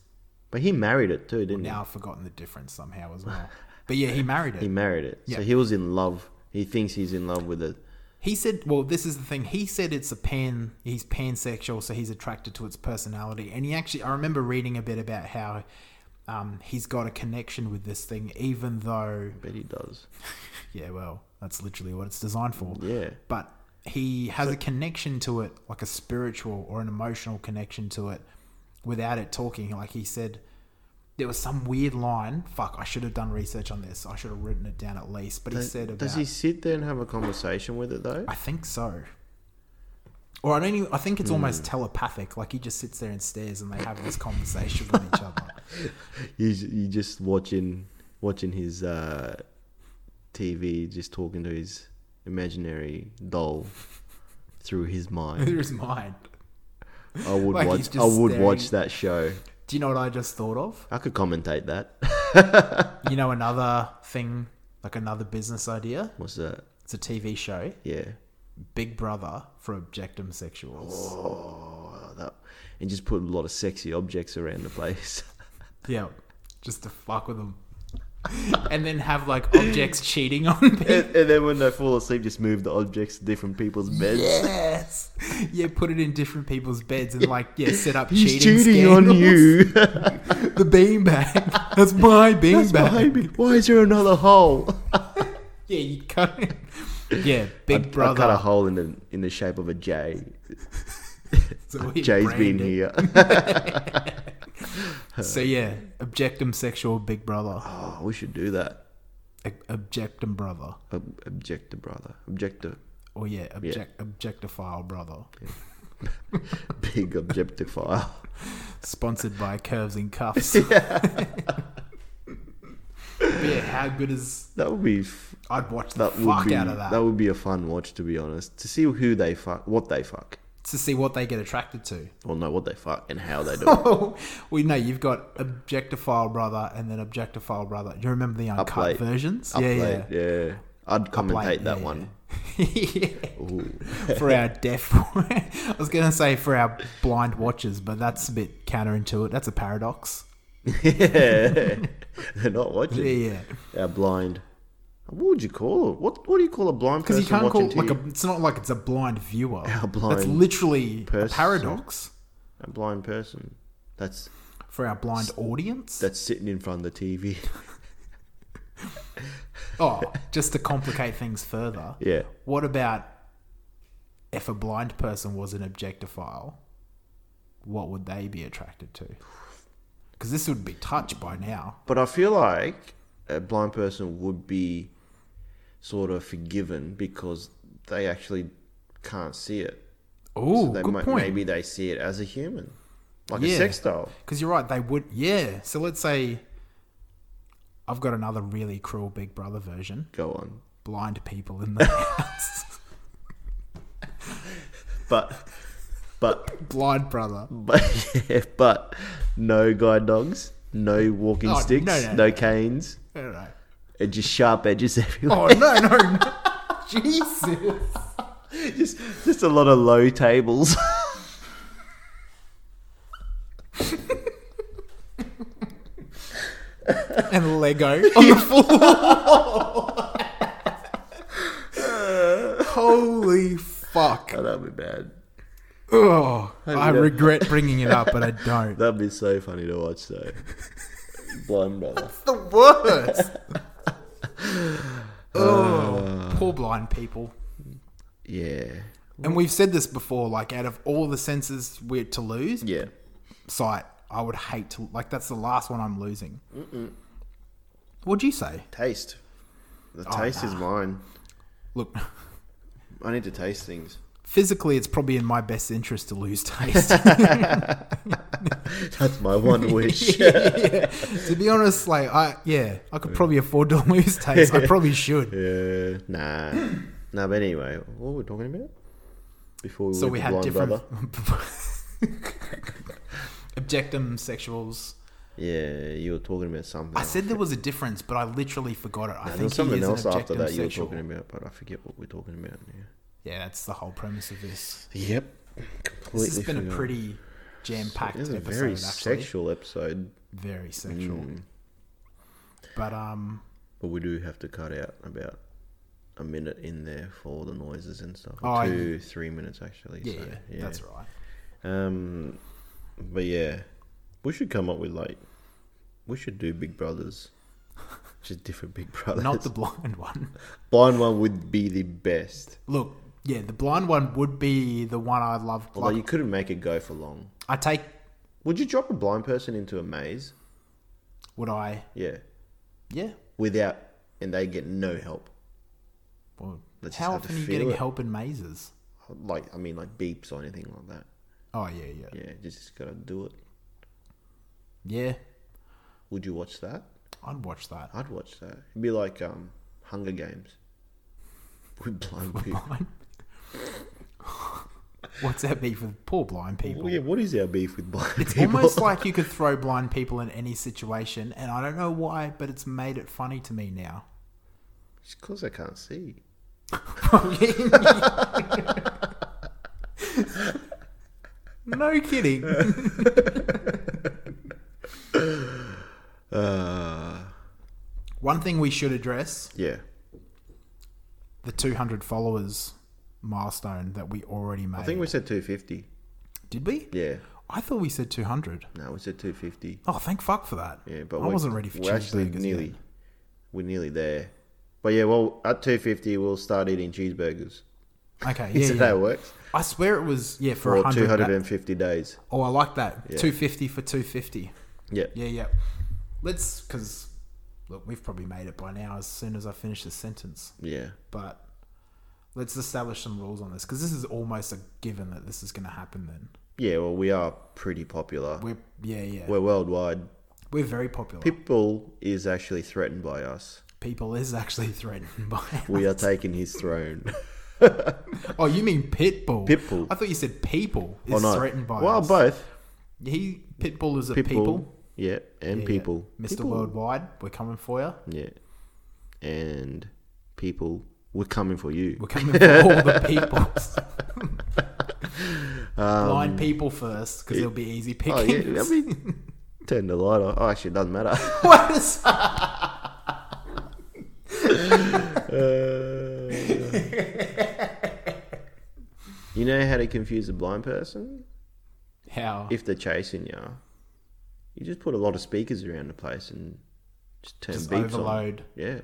Speaker 1: but he married it too, didn't
Speaker 3: Now I've forgotten the difference somehow as well. But yeah, he married
Speaker 1: he? He
Speaker 3: it.
Speaker 1: married it, so
Speaker 3: Yeah.
Speaker 1: he was in love. He thinks he's in love with it.
Speaker 3: He said, "Well, this is the thing." He said it's a pan. He's pansexual, so he's attracted to its personality. And he actually, I remember reading a bit about how um, he's got a connection with this thing, even though
Speaker 1: I bet he does.
Speaker 3: Yeah, well, that's literally what it's designed for.
Speaker 1: Yeah.
Speaker 3: But he has a connection to it, like a spiritual or an emotional connection to it, without it talking. Like he said, there was some weird line. Fuck, I should have done research on this. I should have written it down at least. But he said about.
Speaker 1: Does he sit there and have a conversation with it though?
Speaker 3: I think so. Or I don't even. I think
Speaker 1: Hmm.
Speaker 3: it's almost telepathic. Like he just sits there and stares, and they have this conversation with each other.
Speaker 1: You you just watching watching his uh, TV, just talking to his imaginary doll through his mind.
Speaker 3: Here's mine.
Speaker 1: I would
Speaker 3: Like
Speaker 1: watch.
Speaker 3: he's
Speaker 1: I
Speaker 3: just
Speaker 1: would
Speaker 3: staring.
Speaker 1: watch that show.
Speaker 3: Do you know what I just thought of?
Speaker 1: I could commentate that.
Speaker 3: You know another thing, like another business idea.
Speaker 1: What's that?
Speaker 3: It's a TV show.
Speaker 1: Yeah.
Speaker 3: Big Brother for objectum sexuals.
Speaker 1: Oh, that, and just put a lot of sexy objects around the place.
Speaker 3: Yeah, just to fuck with them. and then have like objects cheating on people.
Speaker 1: and, and then when they fall asleep, just move the objects to different people's beds.
Speaker 3: Yes. Yeah, put it in different people's beds and like yeah, set up
Speaker 1: He's
Speaker 3: cheating.
Speaker 1: cheating, on
Speaker 3: scandals.
Speaker 1: you.
Speaker 3: The beanbag. That's my
Speaker 1: That's
Speaker 3: beanbag.
Speaker 1: baby. Why is there another hole?
Speaker 3: Yeah, you cut it. Yeah, Big
Speaker 1: I cut a
Speaker 3: Brother.
Speaker 1: hole in the in the shape of a J.
Speaker 3: So we
Speaker 1: Jay's
Speaker 3: brand
Speaker 1: been
Speaker 3: it.
Speaker 1: here.
Speaker 3: So yeah, objectum sexual Big Brother.
Speaker 1: oh, we should do that.
Speaker 3: Ob- Objectum brother.
Speaker 1: Ob- objector brother. Objector.
Speaker 3: Or yeah, object objectophile brother.
Speaker 1: Big objectifier.
Speaker 3: Sponsored by Curves and Cuffs. But yeah, how good is
Speaker 1: That would be f-
Speaker 3: I'd watch the
Speaker 1: that
Speaker 3: fuck
Speaker 1: would be
Speaker 3: out of that,
Speaker 1: would be a fun watch to be honest to see who they fuck, what they fuck,
Speaker 3: to see what they get attracted to.
Speaker 1: or no, what they fuck and how they do it.
Speaker 3: we know you've got objectophile brother and then objectophile brother. Do you remember the uncut
Speaker 1: late.
Speaker 3: versions?
Speaker 1: Up
Speaker 3: yeah,
Speaker 1: late,
Speaker 3: yeah.
Speaker 1: yeah. I'd commentate
Speaker 3: Late,
Speaker 1: that
Speaker 3: yeah,
Speaker 1: one.
Speaker 3: yeah.
Speaker 1: Ooh.
Speaker 3: for our deaf, I was going to say for our blind watchers, but that's a bit counterintuitive. That's a paradox.
Speaker 1: yeah, they're not watching.
Speaker 3: Yeah, yeah.
Speaker 1: They're blind. What would you call it? What What do you call a blind
Speaker 3: Because
Speaker 1: person
Speaker 3: you can't call
Speaker 1: watching
Speaker 3: it like
Speaker 1: TV?
Speaker 3: a. It's not like it's a blind viewer.
Speaker 1: A
Speaker 3: That's
Speaker 1: blind
Speaker 3: literally a
Speaker 1: person?
Speaker 3: paradox
Speaker 1: a blind person. That's
Speaker 3: for our blind audience.
Speaker 1: that's sitting in front of the TV.
Speaker 3: Oh, just to complicate things further.
Speaker 1: yeah.
Speaker 3: What about if a blind person was an objectophile? What would they be attracted to? Because this would be touch by now.
Speaker 1: But I feel like a blind person would be sort of forgiven because they actually can't see it.
Speaker 3: Oh,
Speaker 1: they
Speaker 3: good
Speaker 1: might,
Speaker 3: point.
Speaker 1: Maybe they see it as a human, like
Speaker 3: Yeah.
Speaker 1: a sex doll.
Speaker 3: Because you're right, they would. Yeah. So let's say I've got another really cruel Big Brother version.
Speaker 1: Go on.
Speaker 3: Blind people in the house.
Speaker 1: But, but,
Speaker 3: Blind brother.
Speaker 1: but, yeah, but no guide dogs, no walking
Speaker 3: Oh, no,
Speaker 1: sticks, no,
Speaker 3: no, no.
Speaker 1: canes,
Speaker 3: All right.
Speaker 1: and just sharp edges everywhere.
Speaker 3: Oh no no no! Jesus!
Speaker 1: just, just a lot of low tables.
Speaker 3: And Lego on the floor. Holy fuck!
Speaker 1: oh, that'd be bad.
Speaker 3: Oh, I
Speaker 1: no.
Speaker 3: regret bringing it up, but I don't.
Speaker 1: That'd be so funny to watch, though. blind brother.
Speaker 3: the worst. oh, poor blind people.
Speaker 1: Yeah.
Speaker 3: And we've said this before. Like, out of all the senses we're to lose,
Speaker 1: Yeah.
Speaker 3: sight. I would hate to. Like, that's the last one I'm losing. What'd you say?
Speaker 1: Taste. The
Speaker 3: Oh,
Speaker 1: taste is mine.
Speaker 3: Look.
Speaker 1: I need to taste things.
Speaker 3: Physically, it's probably in my best interest to lose taste.
Speaker 1: That's my one wish.
Speaker 3: to be honest, like I yeah, I could probably afford to lose taste. I probably should.
Speaker 1: Yeah. Nah. nah, but anyway, what were we talking about? Before we
Speaker 3: So
Speaker 1: went
Speaker 3: we
Speaker 1: to
Speaker 3: had
Speaker 1: Blind
Speaker 3: different
Speaker 1: Brother.
Speaker 3: objectum sexuals.
Speaker 1: Yeah, you were talking about something.
Speaker 3: I said there was a difference, but I literally forgot it.
Speaker 1: Nah,
Speaker 3: I
Speaker 1: there
Speaker 3: think
Speaker 1: was
Speaker 3: he
Speaker 1: something
Speaker 3: is
Speaker 1: else
Speaker 3: an
Speaker 1: after
Speaker 3: objectum
Speaker 1: that you were
Speaker 3: sexual.
Speaker 1: talking about, but I forget what we're talking about now.
Speaker 3: Yeah, that's the whole premise of this.
Speaker 1: Yep.
Speaker 3: This
Speaker 1: Completely
Speaker 3: has been a
Speaker 1: forgot.
Speaker 3: pretty jam-packed
Speaker 1: It was
Speaker 3: episode.
Speaker 1: a very
Speaker 3: actually.
Speaker 1: sexual Mm. episode,
Speaker 3: Very sexual. But um,
Speaker 1: but we do have to cut out about a minute in there for all the noises and stuff.
Speaker 3: Oh,
Speaker 1: Two, three minutes actually.
Speaker 3: yeah,
Speaker 1: so,
Speaker 3: yeah, that's right.
Speaker 1: Um, but yeah, we should come up with like, we should do Big Brothers, just different Big Brothers.
Speaker 3: Not the blind one.
Speaker 1: blind one would be the best.
Speaker 3: Look, yeah, the blind one would be the one I loved.
Speaker 1: Although
Speaker 3: Like,
Speaker 1: you couldn't make it go for long.
Speaker 3: I take
Speaker 1: Would you drop a blind person into a maze?
Speaker 3: would I?
Speaker 1: Yeah,
Speaker 3: Yeah.
Speaker 1: without and they get no help.
Speaker 3: Well,
Speaker 1: Let's
Speaker 3: how
Speaker 1: just have to
Speaker 3: often are you
Speaker 1: feel
Speaker 3: getting
Speaker 1: it.
Speaker 3: help in mazes?
Speaker 1: Like I mean, like beeps or anything like that.
Speaker 3: Oh yeah, yeah, yeah.
Speaker 1: Yeah, just gotta do it. Would you watch that?
Speaker 3: I'd watch that.
Speaker 1: I'd watch that. It'd be like um, Hunger Games with blind people.
Speaker 3: Blind. What's that beef with poor blind people?
Speaker 1: Well, yeah, what is our beef with blind
Speaker 3: It's
Speaker 1: people?
Speaker 3: almost like you could throw blind people in any situation, and I don't know why, but it's made it funny to me now.
Speaker 1: It's because I can't see.
Speaker 3: no kidding.
Speaker 1: Uh,
Speaker 3: One thing we should address
Speaker 1: yeah.
Speaker 3: the 200 followers milestone that we already made.
Speaker 1: I think we said 250.
Speaker 3: Did we?
Speaker 1: Yeah.
Speaker 3: I thought we said 200.
Speaker 1: No, we said 250.
Speaker 3: Oh, thank fuck for that.
Speaker 1: Yeah, but
Speaker 3: I
Speaker 1: we're-
Speaker 3: wasn't ready for
Speaker 1: We're actually
Speaker 3: cheeseburgers
Speaker 1: nearly.
Speaker 3: yet.
Speaker 1: We're nearly there. But yeah, well, at 250, we'll start eating cheeseburgers.
Speaker 3: Okay,
Speaker 1: Is
Speaker 3: yeah,
Speaker 1: that
Speaker 3: yeah.
Speaker 1: how it works?
Speaker 3: I swear it was yeah for
Speaker 1: For
Speaker 3: 100.
Speaker 1: 250 days.
Speaker 3: Oh, I like that. 250 for 250.
Speaker 1: Yeah.
Speaker 3: Yeah, yeah. Let's because look, we've probably made it by now. As soon as I finish this sentence,
Speaker 1: Yeah.
Speaker 3: but let's establish some rules on this because this is almost a given that this is going to happen. Then
Speaker 1: Yeah, well, we are pretty popular.
Speaker 3: we're yeah, yeah.
Speaker 1: We're worldwide.
Speaker 3: We're very popular.
Speaker 1: Pitbull is actually threatened by us.
Speaker 3: People is actually threatened by.
Speaker 1: We are taking his throne.
Speaker 3: Oh, you mean Pitbull?
Speaker 1: Pitbull.
Speaker 3: I thought you said people
Speaker 1: Oh
Speaker 3: is
Speaker 1: no!
Speaker 3: threatened by.
Speaker 1: well,
Speaker 3: us.
Speaker 1: both
Speaker 3: He Pitbull is a
Speaker 1: Pitbull.
Speaker 3: people.
Speaker 1: Yeah, and
Speaker 3: Yeah.
Speaker 1: people.
Speaker 3: Mr.
Speaker 1: People.
Speaker 3: Worldwide, we're coming for you.
Speaker 1: Yeah, and people. We're coming for you.
Speaker 3: We're coming for all the peoples. Blind people first, because it'll be easy
Speaker 1: Um, Oh yeah,
Speaker 3: pickings.
Speaker 1: I mean, turn the light off. Oh, actually, it doesn't matter.
Speaker 3: what is
Speaker 1: you know how to confuse a blind person
Speaker 3: how?
Speaker 1: if they're chasing you. You just put a lot of speakers around the place and just turn
Speaker 3: Just
Speaker 1: beeps on.
Speaker 3: overload.
Speaker 1: Yeah,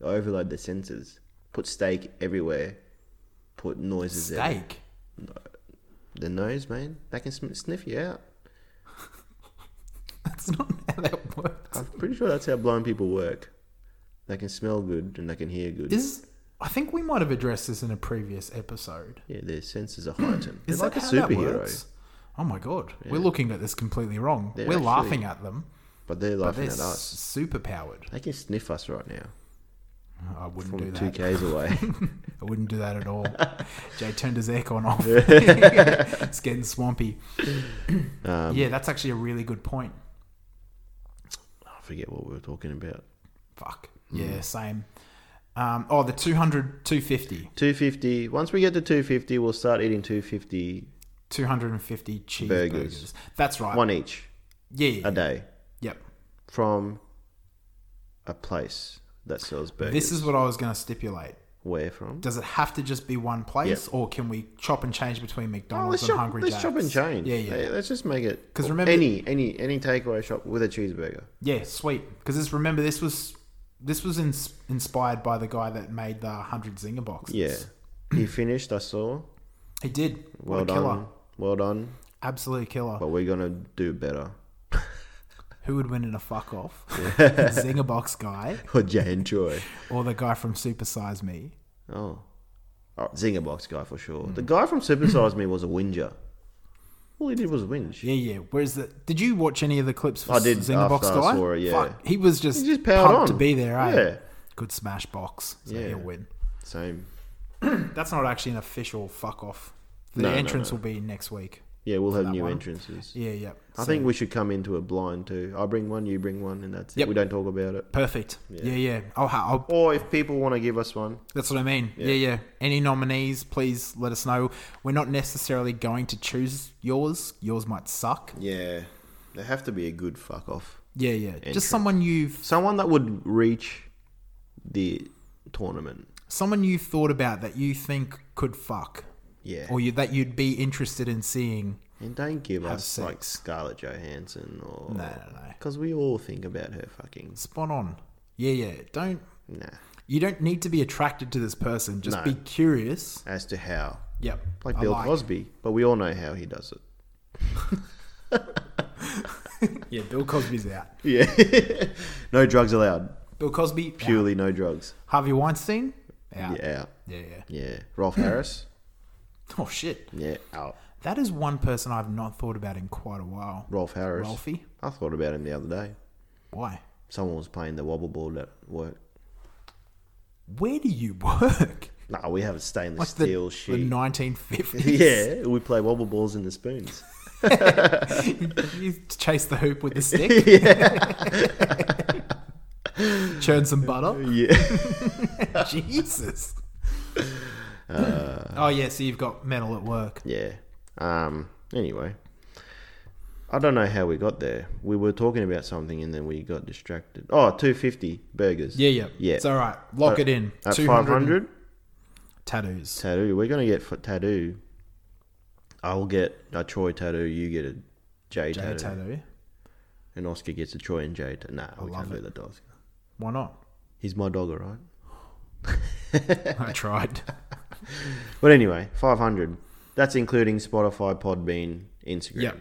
Speaker 1: overload the sensors. Put steak everywhere. Put noises there.
Speaker 3: Steak.
Speaker 1: The nose, man, they can sm- sniff you out.
Speaker 3: That's not how that works.
Speaker 1: I'm pretty sure that's how blind people work. They can smell good and they can hear good.
Speaker 3: Is I think we might have addressed this in a previous episode.
Speaker 1: yeah, their senses are heightened.
Speaker 3: Is
Speaker 1: they're like a
Speaker 3: that how that
Speaker 1: superhero,
Speaker 3: works? Oh my god, we're looking at this completely wrong.
Speaker 1: They're
Speaker 3: we're
Speaker 1: actually-
Speaker 3: laughing at them,
Speaker 1: but they're
Speaker 3: but
Speaker 1: laughing
Speaker 3: they're
Speaker 1: at us.
Speaker 3: super powered.
Speaker 1: They can sniff us right now
Speaker 3: I wouldn't do
Speaker 1: from
Speaker 3: that.
Speaker 1: two k's away.
Speaker 3: I wouldn't do that at all. Jay turned his aircon off. it's getting swampy.
Speaker 1: Um,
Speaker 3: yeah, that's actually a really good point.
Speaker 1: I forget what we were talking about.
Speaker 3: Fuck. Yeah,
Speaker 1: mm.
Speaker 3: same. Um, oh, the 200, 250,
Speaker 1: 250. Once we get to 250, we'll start eating 250
Speaker 3: 250 cheeseburgers.
Speaker 1: Burgers.
Speaker 3: That's right.
Speaker 1: one each
Speaker 3: yeah, yeah.
Speaker 1: a day
Speaker 3: Yep.
Speaker 1: from a place that sells burgers.
Speaker 3: This is what I was going to stipulate.
Speaker 1: where from?
Speaker 3: Does it have to just be one place, or can we chop and change between
Speaker 1: Oh,
Speaker 3: McDonald's
Speaker 1: let's
Speaker 3: and
Speaker 1: shop,
Speaker 3: Hungry
Speaker 1: let's
Speaker 3: Jack's?
Speaker 1: shop and change.
Speaker 3: Yeah, yeah,
Speaker 1: Hey, Let's just make it
Speaker 3: 'Cause
Speaker 1: or
Speaker 3: remember-
Speaker 1: any any any takeaway shop with a cheeseburger.
Speaker 3: yeah. Sweet. Because this, remember, this was this was ins- inspired by the guy that made the hundred zinger boxes.
Speaker 1: Yeah, he finished. I saw.
Speaker 3: he did. What
Speaker 1: Well
Speaker 3: a killer.
Speaker 1: done. Well done.
Speaker 3: Absolute killer.
Speaker 1: But we're gonna do better.
Speaker 3: Who would win in a fuck off? The Zinger box guy
Speaker 1: Or Jan Troy.
Speaker 3: or the guy from Super Size Me?
Speaker 1: Oh. Hmm. oh, Zinger box guy for sure. The guy from Super Size Me was a whinger. All he did was whinge.
Speaker 3: Yeah, yeah. Whereas the did you watch any of the clips for
Speaker 1: I did
Speaker 3: Zinger box
Speaker 1: after I
Speaker 3: guy?
Speaker 1: saw it, yeah.
Speaker 3: Fuck, he was just,
Speaker 1: He just powered
Speaker 3: pumped
Speaker 1: on.
Speaker 3: to be there. Eh?
Speaker 1: Yeah.
Speaker 3: good smash box. So
Speaker 1: Yeah.
Speaker 3: he'll win.
Speaker 1: Same.
Speaker 3: That's not actually an official fuck off. The
Speaker 1: No, no,
Speaker 3: entrance
Speaker 1: no.
Speaker 3: will be next week.
Speaker 1: Yeah, we'll have
Speaker 3: that
Speaker 1: new
Speaker 3: one.
Speaker 1: entrances.
Speaker 3: Yeah, yeah.
Speaker 1: I
Speaker 3: So,
Speaker 1: think we should come into it blind too. I bring one, you bring one, and that's
Speaker 3: Yep.
Speaker 1: it. We don't talk about it.
Speaker 3: perfect. Yeah, yeah. I'll, ha- I'll
Speaker 1: Or if people want to give us one,
Speaker 3: That's what I mean. Yeah. yeah, Any nominees, please let us know. We're not necessarily going to choose yours. Yours might suck.
Speaker 1: yeah, they have to be a good fuck off.
Speaker 3: Yeah, yeah.
Speaker 1: Entrance.
Speaker 3: Just someone you've
Speaker 1: Someone that would reach the tournament.
Speaker 3: someone you thought about that you think could fuck,
Speaker 1: Yeah,
Speaker 3: or you that you'd be interested in seeing.
Speaker 1: and don't give
Speaker 3: Have
Speaker 1: us like
Speaker 3: sex.
Speaker 1: Scarlett Johansson or
Speaker 3: No, no, no.
Speaker 1: because we all think about her fucking
Speaker 3: Spot on. Yeah, yeah. Don't
Speaker 1: nah.
Speaker 3: you don't need to be attracted to this person. Just
Speaker 1: No.
Speaker 3: be curious.
Speaker 1: As to how,
Speaker 3: Yep.
Speaker 1: like
Speaker 3: I
Speaker 1: Bill
Speaker 3: like it.
Speaker 1: Cosby, but we all know how he does it.
Speaker 3: Yeah, Bill Cosby's out.
Speaker 1: Yeah, no drugs allowed.
Speaker 3: Bill Cosby. out.
Speaker 1: Purely no drugs.
Speaker 3: Harvey Weinstein. Out. Yeah.
Speaker 1: Yeah,
Speaker 3: yeah,
Speaker 1: yeah. Rolf Harris.
Speaker 3: Oh shit.
Speaker 1: Yeah, out.
Speaker 3: That is one person I've not thought about in quite a while.
Speaker 1: Rolf Harris.
Speaker 3: Rolfie.
Speaker 1: I thought about him the other day.
Speaker 3: Why?
Speaker 1: Someone was playing the wobble ball at work.
Speaker 3: Where do you work?
Speaker 1: Nah, we have a stainless
Speaker 3: Like the,
Speaker 1: steel
Speaker 3: the
Speaker 1: sheet.
Speaker 3: 1950s.
Speaker 1: yeah, we play wobble balls in the spoons.
Speaker 3: you chase the hoop with the stick. Churn some butter.
Speaker 1: yeah. Uh.
Speaker 3: Jesus. oh yeah, so you've got metal at work.
Speaker 1: Yeah. Um. Anyway, I don't know how we got there. We were talking about something and then we got distracted. Oh, 250 burgers.
Speaker 3: Yeah, yeah,
Speaker 1: Yeah. Uh,
Speaker 3: It's all right. Lock it in.
Speaker 1: At
Speaker 3: 200
Speaker 1: 500,
Speaker 3: tattoos.
Speaker 1: tattoo. We're going to get for tattoo. I'll get a Troy tattoo. You get a J,
Speaker 3: J
Speaker 1: tattoo.
Speaker 3: tattoo.
Speaker 1: And Oscar gets a Troy and J tattoo. Nah, we
Speaker 3: love
Speaker 1: can't do
Speaker 3: it.
Speaker 1: that to Oscar.
Speaker 3: Why not?
Speaker 1: He's my dog, all right?
Speaker 3: I tried.
Speaker 1: But anyway, 500. That's including Spotify, Podbean, Instagram
Speaker 3: yep.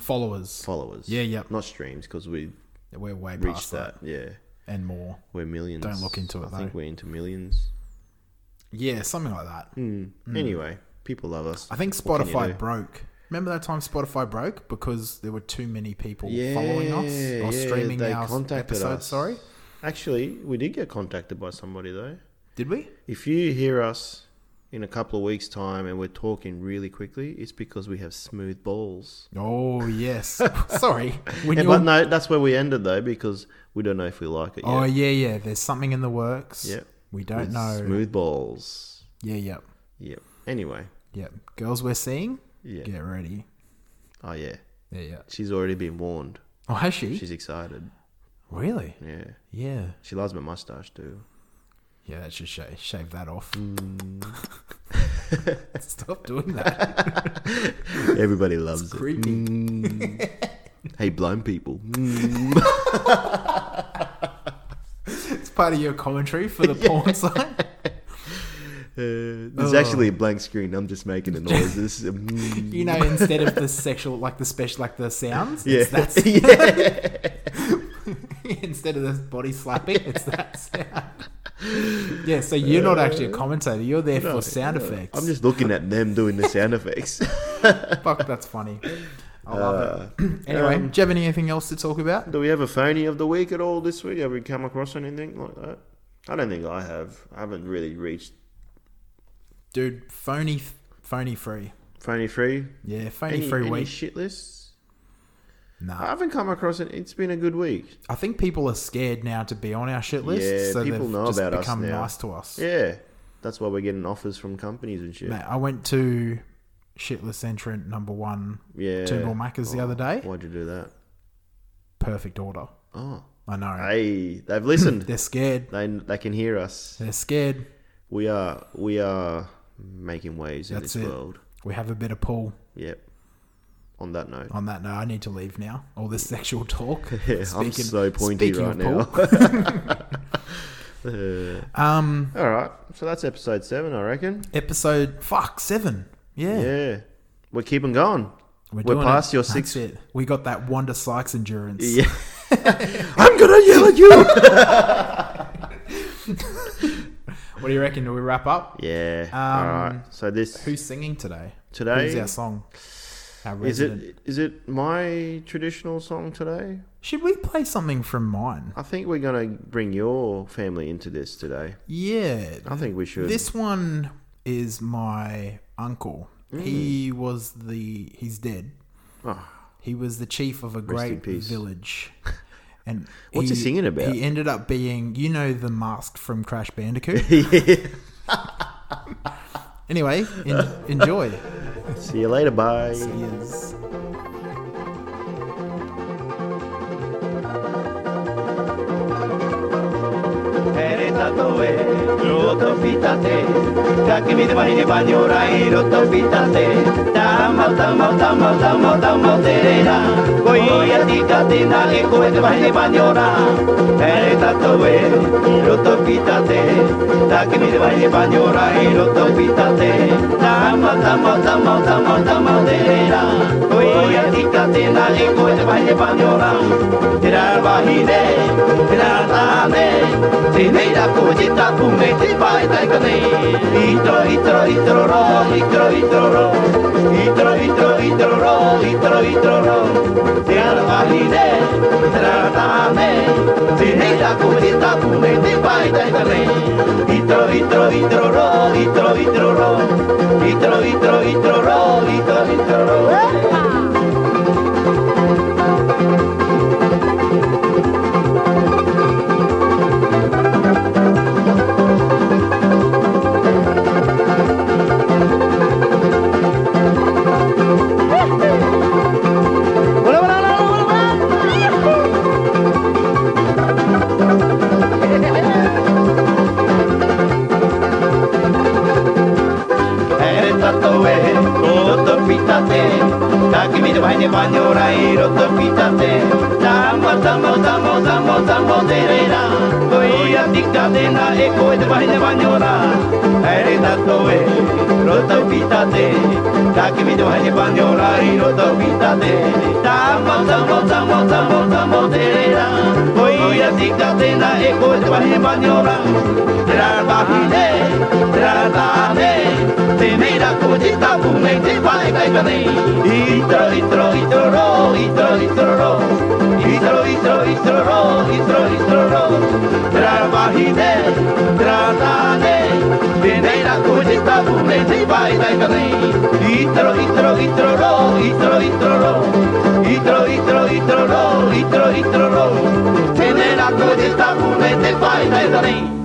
Speaker 3: Followers.
Speaker 1: followers.
Speaker 3: Yeah, yep.
Speaker 1: Not streams because we
Speaker 3: We're way
Speaker 1: reached
Speaker 3: past that.
Speaker 1: that. Yeah.
Speaker 3: and more.
Speaker 1: We're millions.
Speaker 3: Don't look into it,
Speaker 1: I think
Speaker 3: though.
Speaker 1: we're into millions.
Speaker 3: Yeah, something like that.
Speaker 1: Anyway, people love us.
Speaker 3: Hmm. I think
Speaker 1: Hmm. What can you
Speaker 3: Spotify
Speaker 1: do?
Speaker 3: broke Remember that time Spotify broke because there were too many people following us
Speaker 1: Yeah,
Speaker 3: or
Speaker 1: yeah,
Speaker 3: streaming
Speaker 1: they
Speaker 3: our
Speaker 1: contacted
Speaker 3: episode?
Speaker 1: us.
Speaker 3: Sorry,
Speaker 1: Actually, we did get contacted by somebody though.
Speaker 3: did we?
Speaker 1: If you hear us in a couple of weeks' time and we're talking really quickly, it's because we have smooth balls.
Speaker 3: Oh yes. Sorry. When
Speaker 1: Yeah,
Speaker 3: you're-
Speaker 1: but no, that's where we ended though because we don't know if we like it
Speaker 3: Oh
Speaker 1: yet.
Speaker 3: yeah, yeah. There's something in the works.
Speaker 1: Yeah.
Speaker 3: We don't
Speaker 1: With
Speaker 3: know.
Speaker 1: Smooth balls.
Speaker 3: Yeah, yep,
Speaker 1: Yep. Anyway.
Speaker 3: yep. Girls, we're seeing.
Speaker 1: Yeah.
Speaker 3: Get ready.
Speaker 1: Oh yeah.
Speaker 3: Yeah, yeah.
Speaker 1: She's already been warned.
Speaker 3: Oh, has she?
Speaker 1: She's excited.
Speaker 3: really?
Speaker 1: Yeah.
Speaker 3: Yeah.
Speaker 1: She loves my mustache too.
Speaker 3: Yeah, that should shave, shave that off. Mm. Stop doing that.
Speaker 1: Everybody loves it.
Speaker 3: creepy.
Speaker 1: Mm. hey, blind people. Mm.
Speaker 3: It's part of your commentary for the porn site. Mm.
Speaker 1: Uh, there's actually a blank screen. I'm just making the noises. Mm.
Speaker 3: You know, instead of the sexual, like the special, like the sounds,
Speaker 1: yeah.
Speaker 3: it's that.
Speaker 1: yeah.
Speaker 3: instead of the body slapping, it's that sound. Yeah, so you're not actually a commentator. You're there for sound effects.
Speaker 1: I'm just looking at them doing the sound effects.
Speaker 3: Fuck, that's funny. I love it. anyway, do you have anything else to talk about?
Speaker 1: Uh, Do we have a phony of the week at all this week? Have we come across anything like that? I don't think I have. I haven't really reached
Speaker 3: Dude, phony, phony free.
Speaker 1: phony free.
Speaker 3: Yeah, phony
Speaker 1: Any,
Speaker 3: free
Speaker 1: any
Speaker 3: week.
Speaker 1: shit lists? I
Speaker 3: nah,
Speaker 1: haven't come across it. It's been a good week.
Speaker 3: I think people are scared now to be on our shit list,
Speaker 1: Yeah,
Speaker 3: so
Speaker 1: people
Speaker 3: they've
Speaker 1: know
Speaker 3: just
Speaker 1: about us
Speaker 3: become
Speaker 1: now.
Speaker 3: nice to us.
Speaker 1: Yeah. That's why we're getting offers from companies and shit.
Speaker 3: Mate, I went to shitless entrant number one,
Speaker 1: Yeah. Oh,
Speaker 3: Toomball Macca's the other day.
Speaker 1: Why'd you do that?
Speaker 3: Perfect order.
Speaker 1: Oh.
Speaker 3: I know.
Speaker 1: Hey, they've listened.
Speaker 3: They're scared.
Speaker 1: they, they can hear us.
Speaker 3: They're scared.
Speaker 1: We are we are making waves in
Speaker 3: That's
Speaker 1: this
Speaker 3: it.
Speaker 1: world.
Speaker 3: We have a bit of pull
Speaker 1: Yep. On that note.
Speaker 3: on that. No, I need to leave now. All this sexual talk.
Speaker 1: Yeah, I'm so pointy
Speaker 3: speaking
Speaker 1: right
Speaker 3: of
Speaker 1: now.
Speaker 3: pull,
Speaker 1: Uh,
Speaker 3: um,
Speaker 1: all right. So that's episode seven, I reckon.
Speaker 3: episode fuck seven. Yeah,
Speaker 1: Yeah. We're keeping going.
Speaker 3: we're,
Speaker 1: We're
Speaker 3: doing
Speaker 1: past
Speaker 3: it.
Speaker 1: your
Speaker 3: That's
Speaker 1: six-
Speaker 3: it. We got that Wanda Sykes endurance.
Speaker 1: Yeah. I'm going to yell at you.
Speaker 3: What do you reckon? Do we wrap up?
Speaker 1: Yeah. all
Speaker 3: Um,
Speaker 1: right. So this
Speaker 3: Who's singing today? Who's
Speaker 1: today
Speaker 3: our song? Our
Speaker 1: is
Speaker 3: resident.
Speaker 1: it is it my traditional song today?
Speaker 3: Should we play something from mine?
Speaker 1: I think we're going to bring your family into this today.
Speaker 3: Yeah.
Speaker 1: I think we should.
Speaker 3: This one is my uncle.
Speaker 1: Mm.
Speaker 3: He was the. He's dead.
Speaker 1: Oh.
Speaker 3: He was the chief of a great
Speaker 1: peace.
Speaker 3: village. And
Speaker 1: What's he singing about?
Speaker 3: He ended up being, you know, the mask from Crash Bandicoot. Anyway, en- enjoy.
Speaker 1: See you later. Bye.
Speaker 3: Yes.
Speaker 4: Erezatoe, roto pitate, taki mi dvani ne banjora i roto pitate, tamal, tamal, tamal, tamal, tamal terera, goia ti katina e koe dvani ne banjora, erezatoe, roto pitate, taki mi dvani ne banjora i roto pitate, tamal, tamal, tamal, tamal, tamal terera, goia ti katina e koe dvani ne banjora, terar bahine, terar tane, Tineira kujita kume te pai tai kane Itro, itro, itro ro, itro, itro ro Itro, itro, itro ro, itro, itro ro Te ara wahine, te ara tane Tineira kujita kume te pai tai kane Itro, itro, itro ro, itro, itro ro Itro, itro, itro ro, itro, itro ro Erotatoe, roto pitate, taki mi dvai ne banjora i roto pitate. Tamo, tamo, tamo, tamo, tamo terera, toia dictatena e koe dvai ne banjora. Erotatoe, roto pitate, taki mi dvai ne banjora i roto pitate. Tamo, tamo, tamo, tamo, tamo terera, toia dictatena e koe dvai ne banjora. Trar bahine, trar agradable. Te mira collita, pume, te va y caipane. Y tro, y tro, y tro, ro, y tro, y tro, ro. Y tro, y tro, y tro, ro, y tro, y tro, ro. Trabajine, tratane. Te mira collita, pume, te va y caipane. Y tro, y tro, y tro, ro, y tro, y tro, ro. Y tro, y tro, y tro, ro, y tro, y tro, ro. Te mira collita, pume, te va y caipane.